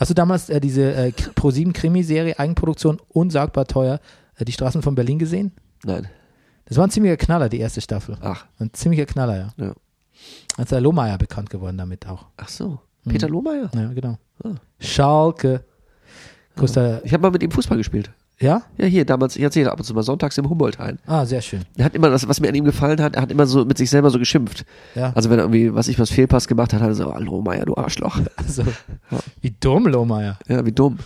[SPEAKER 1] Hast du damals äh, diese äh, Pro7-Krimiserie, Eigenproduktion, unsagbar teuer, äh, die Straßen von Berlin gesehen?
[SPEAKER 2] Nein.
[SPEAKER 1] Das war ein ziemlicher Knaller, die erste Staffel.
[SPEAKER 2] Ach,
[SPEAKER 1] Ein ziemlicher Knaller, ja.
[SPEAKER 2] Ja.
[SPEAKER 1] Als der Lohmeier bekannt geworden damit auch.
[SPEAKER 2] ach so.
[SPEAKER 1] Mhm.
[SPEAKER 2] Peter Lohmeier?
[SPEAKER 1] Ja, genau.
[SPEAKER 2] Ah.
[SPEAKER 1] Schalke. Costa,
[SPEAKER 2] Ich habe mal mit ihm Fußball gespielt.
[SPEAKER 1] ja?
[SPEAKER 2] Ja, hier damals, ich erzähle ab und zu mal sonntags im Humboldthain.
[SPEAKER 1] Ah, sehr schön.
[SPEAKER 2] Er hat immer, das, was mir an ihm gefallen hat, er hat immer so mit sich selber so geschimpft.
[SPEAKER 1] Ja.
[SPEAKER 2] Also wenn er irgendwie, was ich was Fehlpass gemacht hat, hat er so, hallo Meier, du Arschloch.
[SPEAKER 1] Also, Wie dumm, Lohmeier.
[SPEAKER 2] Ja, wie dumm.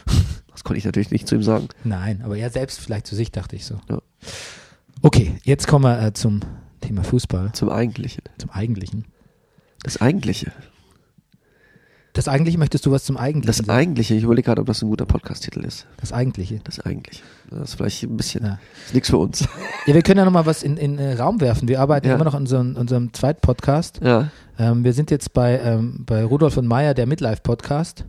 [SPEAKER 2] Das konnte ich natürlich nicht zu ihm sagen.
[SPEAKER 1] Nein, aber er selbst vielleicht zu sich, dachte ich so.
[SPEAKER 2] Ja.
[SPEAKER 1] Okay, jetzt kommen wir äh, zum Thema Fußball,
[SPEAKER 2] Zum Eigentlichen.
[SPEAKER 1] zum Eigentlichen.
[SPEAKER 2] Das Eigentliche.
[SPEAKER 1] Das Eigentliche möchtest du was zum
[SPEAKER 2] Das
[SPEAKER 1] Eigentlichen sagen?
[SPEAKER 2] Eigentliche. Ich überlege gerade, ob das ein guter Podcast-Titel ist.
[SPEAKER 1] das Eigentliche.
[SPEAKER 2] Das Eigentliche. Das ist vielleicht ein bisschen,
[SPEAKER 1] Ja.
[SPEAKER 2] ist nichts für uns.
[SPEAKER 1] Ja, wir können ja nochmal was in, in äh, Raum werfen. Wir arbeiten
[SPEAKER 2] Ja.
[SPEAKER 1] immer noch an unserem, unserem Zweit-Podcast.
[SPEAKER 2] Ja,
[SPEAKER 1] Ähm, wir sind jetzt bei, ähm, bei Rudolf und Meier, der Midlife-Podcast.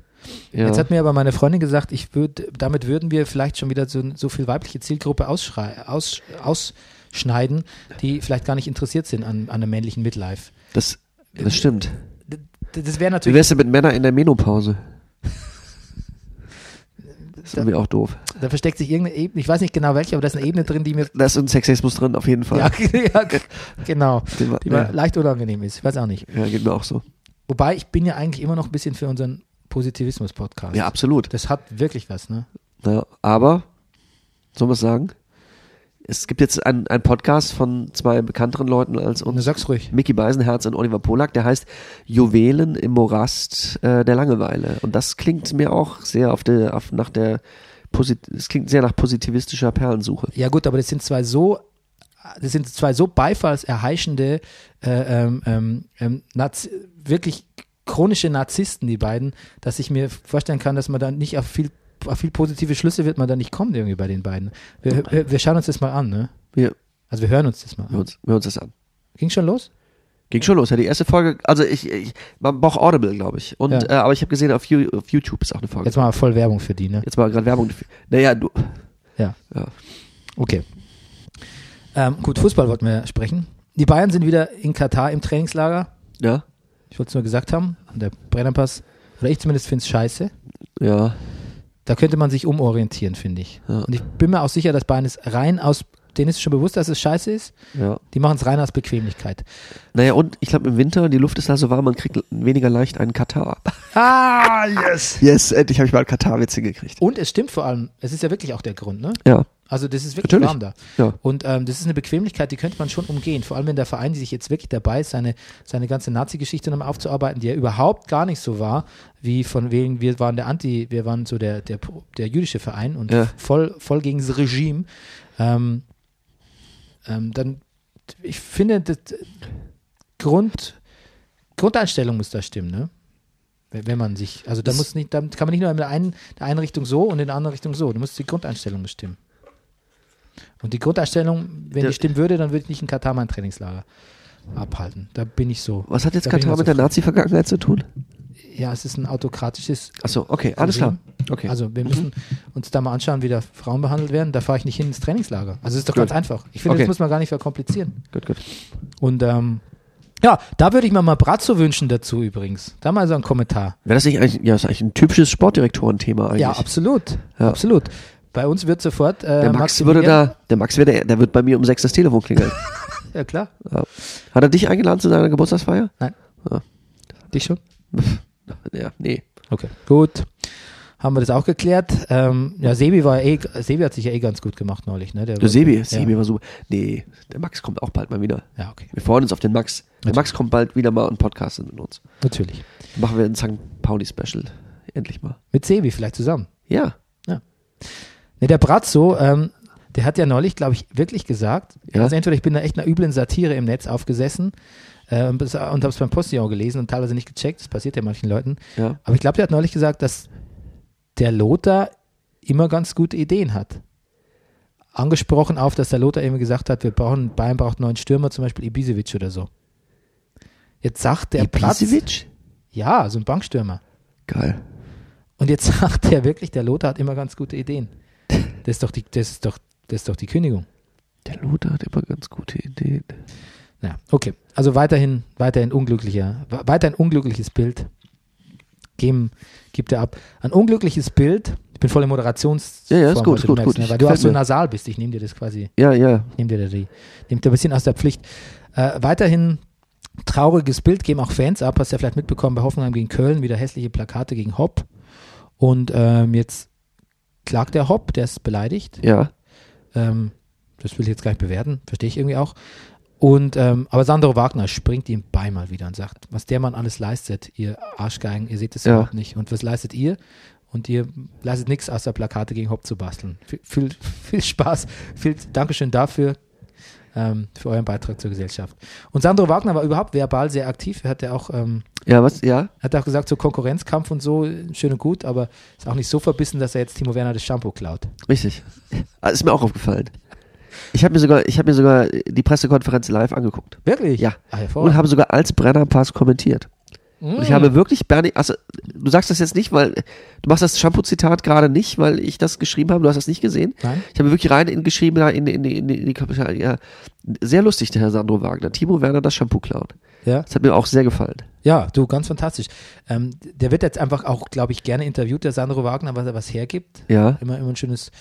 [SPEAKER 2] ja.
[SPEAKER 1] Jetzt hat mir aber meine Freundin gesagt, ich würd, damit würden wir vielleicht schon wieder so, so viel weibliche Zielgruppe ausschrei aus, ausschneiden, die vielleicht gar nicht interessiert sind an, an einem männlichen Midlife.
[SPEAKER 2] das, das stimmt.
[SPEAKER 1] D- d- Das wäre
[SPEAKER 2] Wie
[SPEAKER 1] natürlich,
[SPEAKER 2] wär's denn mit Männern in der Menopause? Das ist irgendwie auch doof.
[SPEAKER 1] da versteckt sich irgendeine Ebene, ich weiß nicht genau welche, aber da ist eine Ebene drin, die mir
[SPEAKER 2] Da ist ein Sexismus drin, auf jeden Fall.
[SPEAKER 1] ja, ja, genau,
[SPEAKER 2] Den wa-
[SPEAKER 1] die mir
[SPEAKER 2] ja.
[SPEAKER 1] leicht unangenehm ist. Ich weiß auch nicht.
[SPEAKER 2] ja, geht mir auch so.
[SPEAKER 1] Wobei ich bin ja eigentlich immer noch ein bisschen für unseren Positivismus-Podcast.
[SPEAKER 2] Ja, absolut.
[SPEAKER 1] Das hat wirklich was, ne?
[SPEAKER 2] Ja, aber, soll man sagen, es gibt jetzt einen einen Podcast von zwei bekannteren Leuten als
[SPEAKER 1] Und du
[SPEAKER 2] uns,
[SPEAKER 1] sagst ruhig.
[SPEAKER 2] Mickey Beisenherz und Oliver Polak, der heißt Juwelen im Morast äh, der Langeweile. Und das klingt mir auch sehr auf der, auf, nach der, Posit es klingt sehr nach positivistischer Perlensuche.
[SPEAKER 1] Ja gut, aber das sind zwei so, das sind zwei so beifallserheischende, äh, ähm, ähm, ähm, Narz wirklich chronische Narzissten, die beiden, dass ich mir vorstellen kann, dass man da nicht auf viel, auf viel positive Schlüsse wird man da nicht kommen irgendwie bei den beiden. Wir, wir, wir schauen uns das mal an, ne?
[SPEAKER 2] Wir,
[SPEAKER 1] Also wir hören uns das mal
[SPEAKER 2] wir,
[SPEAKER 1] an.
[SPEAKER 2] uns, wir uns das an.
[SPEAKER 1] Ging schon los?
[SPEAKER 2] Ging schon los, ja, die erste Folge, also ich, ich man braucht Audible, glaube ich. Und,
[SPEAKER 1] Ja.
[SPEAKER 2] äh, aber ich habe gesehen, auf, You- auf YouTube ist auch eine Folge.
[SPEAKER 1] Jetzt mal voll Werbung für die, ne?
[SPEAKER 2] Jetzt mal gerade Werbung. dafür. Naja, du,
[SPEAKER 1] Ja.
[SPEAKER 2] Ja.
[SPEAKER 1] Okay. Ähm, gut, Fußball wollten wir sprechen. Die Bayern sind wieder in Katar im Trainingslager.
[SPEAKER 2] ja,
[SPEAKER 1] Ich wollte es nur gesagt haben. Und der Brennerpass, oder ich zumindest finde es scheiße.
[SPEAKER 2] ja,
[SPEAKER 1] Da könnte man sich umorientieren, finde ich.
[SPEAKER 2] Ja.
[SPEAKER 1] Und ich bin mir auch sicher, dass Bayern es rein aus, denen ist schon bewusst, dass es scheiße ist.
[SPEAKER 2] ja.
[SPEAKER 1] Die machen es rein aus Bequemlichkeit.
[SPEAKER 2] Naja, und ich glaube, im Winter, die Luft ist da so warm, man kriegt weniger leicht einen Katar.
[SPEAKER 1] Ah, yes!
[SPEAKER 2] Yes, endlich habe ich mal einen Katar-Witz hingekriegt.
[SPEAKER 1] Und es stimmt vor allem, es ist ja wirklich auch der Grund, ne?
[SPEAKER 2] Ja,
[SPEAKER 1] Also das ist wirklich
[SPEAKER 2] Natürlich.
[SPEAKER 1] warm da.
[SPEAKER 2] Ja.
[SPEAKER 1] Und ähm, das ist eine Bequemlichkeit, die könnte man schon umgehen. Vor allem, wenn der Verein sich jetzt wirklich dabei ist, seine, seine ganze Nazi-Geschichte nochmal aufzuarbeiten, die ja überhaupt gar nicht so war, wie von wegen, wir waren der Anti, wir waren so der, der, der jüdische Verein und
[SPEAKER 2] Ja.
[SPEAKER 1] voll, voll gegen das Regime. Ähm, ähm, dann, ich finde, das Grund, Grundeinstellung muss da stimmen, ne? Wenn wenn man sich, also da
[SPEAKER 2] Das-
[SPEAKER 1] muss nicht, da kann man nicht nur in der einen, der einen Richtung so und in der anderen Richtung so. Da muss die Grundeinstellung bestimmen. Und die Grundeinstellung, wenn
[SPEAKER 2] Der-
[SPEAKER 1] die stimmen würde, dann würde ich nicht in Katar mein Trainingslager abhalten. Da bin ich so.
[SPEAKER 2] was hat jetzt
[SPEAKER 1] Da bin ich
[SPEAKER 2] Katar
[SPEAKER 1] mal
[SPEAKER 2] mit der
[SPEAKER 1] so
[SPEAKER 2] Nazi-Vergangenheit zu tun?
[SPEAKER 1] frei. Ja, es ist ein autokratisches.
[SPEAKER 2] Achso, okay, alles klar. Okay. Mhm.
[SPEAKER 1] Also wir müssen uns da mal anschauen, wie da Frauen behandelt werden. Da fahre ich nicht hin ins Trainingslager. Also es ist doch
[SPEAKER 2] Gut.
[SPEAKER 1] ganz einfach. Ich finde,
[SPEAKER 2] Okay.
[SPEAKER 1] das muss man gar nicht verkomplizieren.
[SPEAKER 2] gut, gut.
[SPEAKER 1] Und ähm, Ja, da würde ich mir mal Brazzo wünschen dazu übrigens. Da mal so ein Kommentar.
[SPEAKER 2] Wäre das nicht eigentlich, ja, ist eigentlich ein typisches Sportdirektorenthema eigentlich.
[SPEAKER 1] Ja, absolut. Absolut. Bei uns wird sofort. Äh,
[SPEAKER 2] der Max würde
[SPEAKER 1] Maximilian-
[SPEAKER 2] da, der Max wäre, der wird bei mir um sechs das Telefon klingeln.
[SPEAKER 1] Ja, klar.
[SPEAKER 2] Hat er dich eingeladen zu seiner Geburtstagsfeier?
[SPEAKER 1] Dich schon?
[SPEAKER 2] Ja, nee.
[SPEAKER 1] Okay. Gut. Haben wir das auch geklärt? Ähm, ja, Sebi war eh, Sebi hat sich ja eh ganz gut gemacht neulich, ne? Der
[SPEAKER 2] Der
[SPEAKER 1] war-
[SPEAKER 2] Sebi,
[SPEAKER 1] ja.
[SPEAKER 2] Sebi war super. Nee, der Max kommt auch bald mal wieder.
[SPEAKER 1] Ja, okay.
[SPEAKER 2] Wir freuen uns auf den Max. Der Max kommt bald wieder mal und podcastet mit uns.
[SPEAKER 1] Natürlich.
[SPEAKER 2] Dann machen wir ein St. Pauli-Special. Endlich mal.
[SPEAKER 1] Mit Sebi vielleicht zusammen.
[SPEAKER 2] Ja.
[SPEAKER 1] Ne, der Brazzo, ähm, der hat ja neulich, glaube ich, wirklich gesagt,
[SPEAKER 2] Ja.
[SPEAKER 1] also entweder ich bin da echt einer üblen Satire im Netz aufgesessen äh, und habe es beim Postillon gelesen und teilweise nicht gecheckt, das passiert ja manchen Leuten,
[SPEAKER 2] Ja.
[SPEAKER 1] aber ich glaube, der hat neulich gesagt, dass der Lothar immer ganz gute Ideen hat. Angesprochen auf, dass der Lothar eben gesagt hat, wir brauchen, Bayern braucht neuen Stürmer, zum Beispiel Ibisevic oder so. Jetzt sagt der Platz,
[SPEAKER 2] Ibisevic?
[SPEAKER 1] ja, so ein Bankstürmer.
[SPEAKER 2] Geil.
[SPEAKER 1] Und jetzt sagt er wirklich, der Lothar hat immer ganz gute Ideen. Das ist doch die, das ist doch, das ist doch die Kündigung.
[SPEAKER 2] Der Lothar hat immer ganz gute Ideen.
[SPEAKER 1] Ja, okay. Also weiterhin, weiterhin unglücklicher, we- weiterhin unglückliches Bild. Geben, gibt er ab. Ein unglückliches Bild. Ich bin voll im Moderations.
[SPEAKER 2] Ja, ja, ist
[SPEAKER 1] Form heute,
[SPEAKER 2] gut, ist gut,
[SPEAKER 1] du merkst,
[SPEAKER 2] gut.
[SPEAKER 1] Ne? Weil du auch
[SPEAKER 2] Gefällt
[SPEAKER 1] so
[SPEAKER 2] mir.
[SPEAKER 1] nasal bist. Ich nehme dir das quasi,
[SPEAKER 2] Ja, ja.
[SPEAKER 1] nehme dir die, nehme dir ein bisschen aus der Pflicht. Äh, weiterhin trauriges Bild geben auch Fans ab. Hast du ja vielleicht mitbekommen bei Hoffenheim gegen Köln wieder hässliche Plakate gegen Hopp. Und ähm, jetzt klagt der Hopp, der ist beleidigt.
[SPEAKER 2] Ja.
[SPEAKER 1] Ähm, das will ich jetzt gleich bewerten, verstehe ich irgendwie auch. Und, ähm, aber Sandro Wagner springt ihm bei mal wieder und sagt, was der Mann alles leistet, ihr Arschgeigen, ihr seht es
[SPEAKER 2] Ja.
[SPEAKER 1] überhaupt nicht. Und was leistet ihr? Und ihr leistet nichts, außer Plakate gegen Hopp zu basteln. Viel, viel, viel Spaß, viel Dankeschön dafür, ähm, für euren Beitrag zur Gesellschaft. Und Sandro Wagner war überhaupt verbal sehr aktiv. Er hat ja auch, ähm,
[SPEAKER 2] Ja, was? Ja?
[SPEAKER 1] hat auch gesagt, so Konkurrenzkampf und so, schön und gut, aber ist auch nicht so verbissen, dass er jetzt Timo Werner das Shampoo klaut.
[SPEAKER 2] Richtig. Ah, Ist mir auch aufgefallen. Ich habe mir sogar, ich habe mir sogar die Pressekonferenz live angeguckt.
[SPEAKER 1] Wirklich?
[SPEAKER 2] Ja.
[SPEAKER 1] Ah,
[SPEAKER 2] Und
[SPEAKER 1] hervorragend. Mm.
[SPEAKER 2] habe sogar als Brennerpass kommentiert. Und ich habe wirklich Bernie, also du sagst das jetzt nicht, weil du machst das Shampoo-Zitat gerade nicht, weil ich das geschrieben habe, du hast das nicht gesehen.
[SPEAKER 1] Nein.
[SPEAKER 2] Ich habe wirklich rein in, geschrieben, da in, in, in, in die Kapital, ja, sehr lustig, der Herr Sandro Wagner. Timo Werner das Shampoo klaut.
[SPEAKER 1] Ja.
[SPEAKER 2] Das hat mir auch sehr gefallen.
[SPEAKER 1] Ja, du, ganz fantastisch. Ähm, der wird jetzt einfach auch, glaube ich, gerne interviewt, der Sandro Wagner, was er was hergibt.
[SPEAKER 2] Ja.
[SPEAKER 1] Immer, immer ein schönes,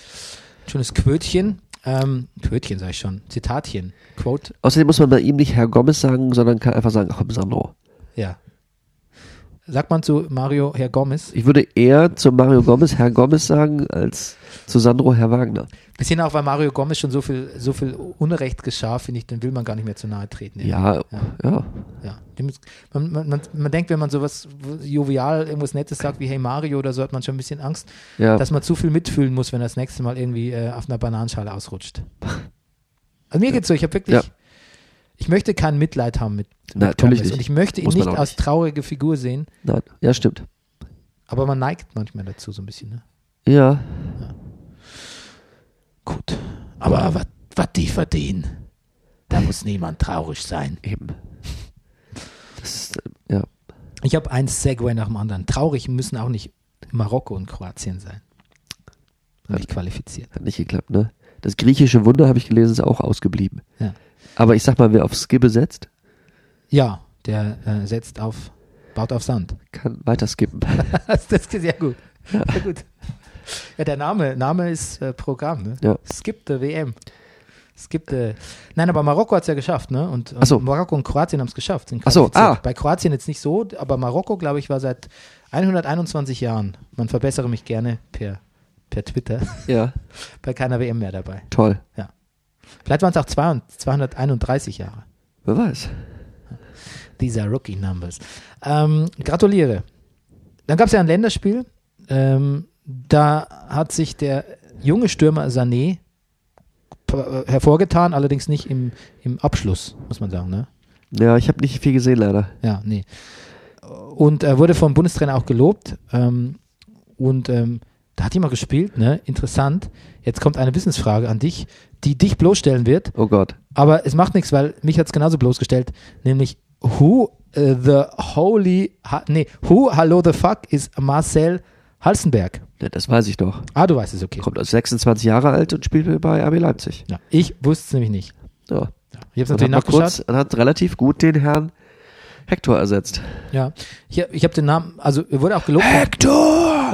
[SPEAKER 1] schönes Quötchen. Ähm, Quötchen, sage ich schon. Zitatchen. Quote.
[SPEAKER 2] Außerdem muss man bei ihm nicht Herr Gomez sagen, sondern kann einfach sagen, komm Sandro.
[SPEAKER 1] Ja. Sagt man zu Mario Herr Gomez.
[SPEAKER 2] Ich würde eher zu Mario Gomez Herr Gomez sagen, als zu Sandro Herr Wagner.
[SPEAKER 1] Bisschen auch, weil Mario Gomez schon so viel, so viel Unrecht geschah, finde ich, dann will man gar nicht mehr zu nahe treten.
[SPEAKER 2] Ja, ja.
[SPEAKER 1] ja. Dem ist- Man, man, man, man denkt, wenn man sowas jovial, irgendwas Nettes sagt, wie Hey Mario oder so, hat man schon ein bisschen Angst,
[SPEAKER 2] Ja.
[SPEAKER 1] dass man zu viel mitfühlen muss, wenn er das nächste Mal irgendwie äh, auf einer Bananenschale ausrutscht. Also mir geht's so, ich habe wirklich,
[SPEAKER 2] Ja.
[SPEAKER 1] ich möchte kein Mitleid haben mit, mit
[SPEAKER 2] Na, natürlich
[SPEAKER 1] Gomez
[SPEAKER 2] nicht.
[SPEAKER 1] und ich möchte ihn
[SPEAKER 2] Muss man
[SPEAKER 1] nicht
[SPEAKER 2] auch
[SPEAKER 1] als
[SPEAKER 2] nicht.
[SPEAKER 1] traurige Figur sehen,
[SPEAKER 2] Nein. Ja, stimmt.
[SPEAKER 1] aber man neigt manchmal dazu so ein bisschen. Ne?
[SPEAKER 2] Ja.
[SPEAKER 1] Gut, aber was die verdienen, da muss niemand traurig sein.
[SPEAKER 2] Eben. Das ist, äh, ja.
[SPEAKER 1] Ich habe ein Segway nach dem anderen. Traurig müssen auch nicht Marokko und Kroatien sein. Nicht qualifiziert.
[SPEAKER 2] Hat nicht geklappt, ne? Das griechische Wunder, habe ich gelesen, ist auch ausgeblieben.
[SPEAKER 1] Ja.
[SPEAKER 2] Aber ich sag mal, wer auf Skibbe setzt,
[SPEAKER 1] Ja, der äh, setzt auf, baut auf Sand.
[SPEAKER 2] kann weiter skippen.
[SPEAKER 1] das ist sehr gut. Sehr gut. Ja, der Name, Name ist äh, Programm, ne?
[SPEAKER 2] Ja.
[SPEAKER 1] Skip the WM. Skip the. Nein, aber Marokko hat es ja geschafft, ne? Und, und
[SPEAKER 2] Ach so.
[SPEAKER 1] Marokko und Kroatien haben es geschafft. sind
[SPEAKER 2] Ach so,
[SPEAKER 1] qualifiziert.
[SPEAKER 2] ah.
[SPEAKER 1] Bei Kroatien jetzt nicht so, aber Marokko, glaube ich, war seit 121 Jahren. Man verbessere mich gerne per, per Twitter.
[SPEAKER 2] ja.
[SPEAKER 1] Bei keiner WM mehr dabei.
[SPEAKER 2] Toll.
[SPEAKER 1] Vielleicht waren es auch 200 231 Jahre.
[SPEAKER 2] Wer weiß.
[SPEAKER 1] dieser Rookie Numbers. Ähm, gratuliere. Dann gab es ja ein Länderspiel. Ähm, da hat sich der junge Stürmer Sané p- hervorgetan, allerdings nicht im, im Abschluss, muss man sagen. Ne?
[SPEAKER 2] Ja, ich habe nicht viel gesehen, leider.
[SPEAKER 1] Ja, nee. Und er wurde vom Bundestrainer auch gelobt. Ähm, und ähm, da hat jemand gespielt, ne? Interessant. Jetzt kommt eine Wissensfrage an dich, die dich bloßstellen wird.
[SPEAKER 2] Oh Gott.
[SPEAKER 1] Aber es macht nichts, weil mich hat es genauso bloßgestellt, nämlich who äh, the holy, ha, nee, who hello the fuck is Marcel Halstenberg?
[SPEAKER 2] Ja, das weiß ich doch.
[SPEAKER 1] Ah, du weißt es, okay.
[SPEAKER 2] Kommt aus 26 Jahre alt und spielt bei RB Leipzig.
[SPEAKER 1] Ja, ich wusste es nämlich nicht.
[SPEAKER 2] Ja.
[SPEAKER 1] Ich habe es natürlich
[SPEAKER 2] Und hat, mal
[SPEAKER 1] nachgeschaut.
[SPEAKER 2] kurz, und hat relativ gut den Herrn Hector ersetzt.
[SPEAKER 1] Ja, ich, hab- ich habe den Namen, also er wurde auch gelobt.
[SPEAKER 2] Hector!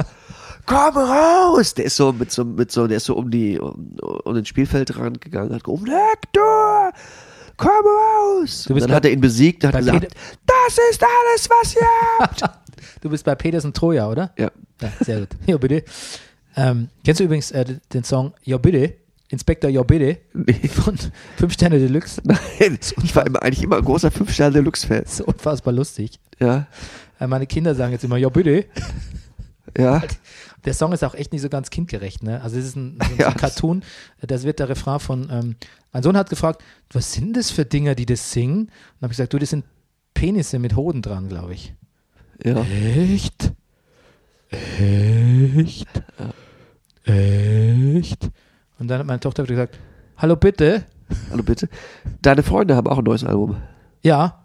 [SPEAKER 2] Komm raus! Der ist so mit so, mit so, der ist so um die, um, um den Spielfeld rangegangen, hat gerufen, Hector! Komm raus!
[SPEAKER 1] Du bist
[SPEAKER 2] dann
[SPEAKER 1] bei-
[SPEAKER 2] hat er ihn besiegt, hat
[SPEAKER 1] bei
[SPEAKER 2] gesagt,
[SPEAKER 1] Peter-
[SPEAKER 2] das ist alles, was ihr habt!
[SPEAKER 1] Du bist bei Petersen Troja, oder?
[SPEAKER 2] ja.
[SPEAKER 1] Ja, sehr gut. Ja, bitte. Ähm, kennst du übrigens äh, den Song Ja, bitte? Inspektor Ja, bitte?
[SPEAKER 2] Nee.
[SPEAKER 1] Von 5 Sterne Deluxe.
[SPEAKER 2] Nein, ich war immer, eigentlich immer ein großer Fünf-Sterne-Deluxe-Fan.
[SPEAKER 1] Das ist unfassbar lustig.
[SPEAKER 2] Ja,
[SPEAKER 1] Äh, meine Kinder sagen jetzt immer Ja, bitte?
[SPEAKER 2] ja.
[SPEAKER 1] Der Song ist auch echt nicht so ganz kindgerecht, ne? Also es ist ein, so ein
[SPEAKER 2] Ja.
[SPEAKER 1] Cartoon, das wird der Refrain von, ähm, mein Sohn hat gefragt, was sind das für Dinger, die das singen? Und habe ich gesagt, du, das sind Penisse mit Hoden dran, glaube ich.
[SPEAKER 2] ja.
[SPEAKER 1] Echt? Echt? Echt? Und dann hat meine Tochter wieder gesagt, hallo bitte?
[SPEAKER 2] Hallo bitte. Deine Freunde haben auch ein neues Album.
[SPEAKER 1] Ja.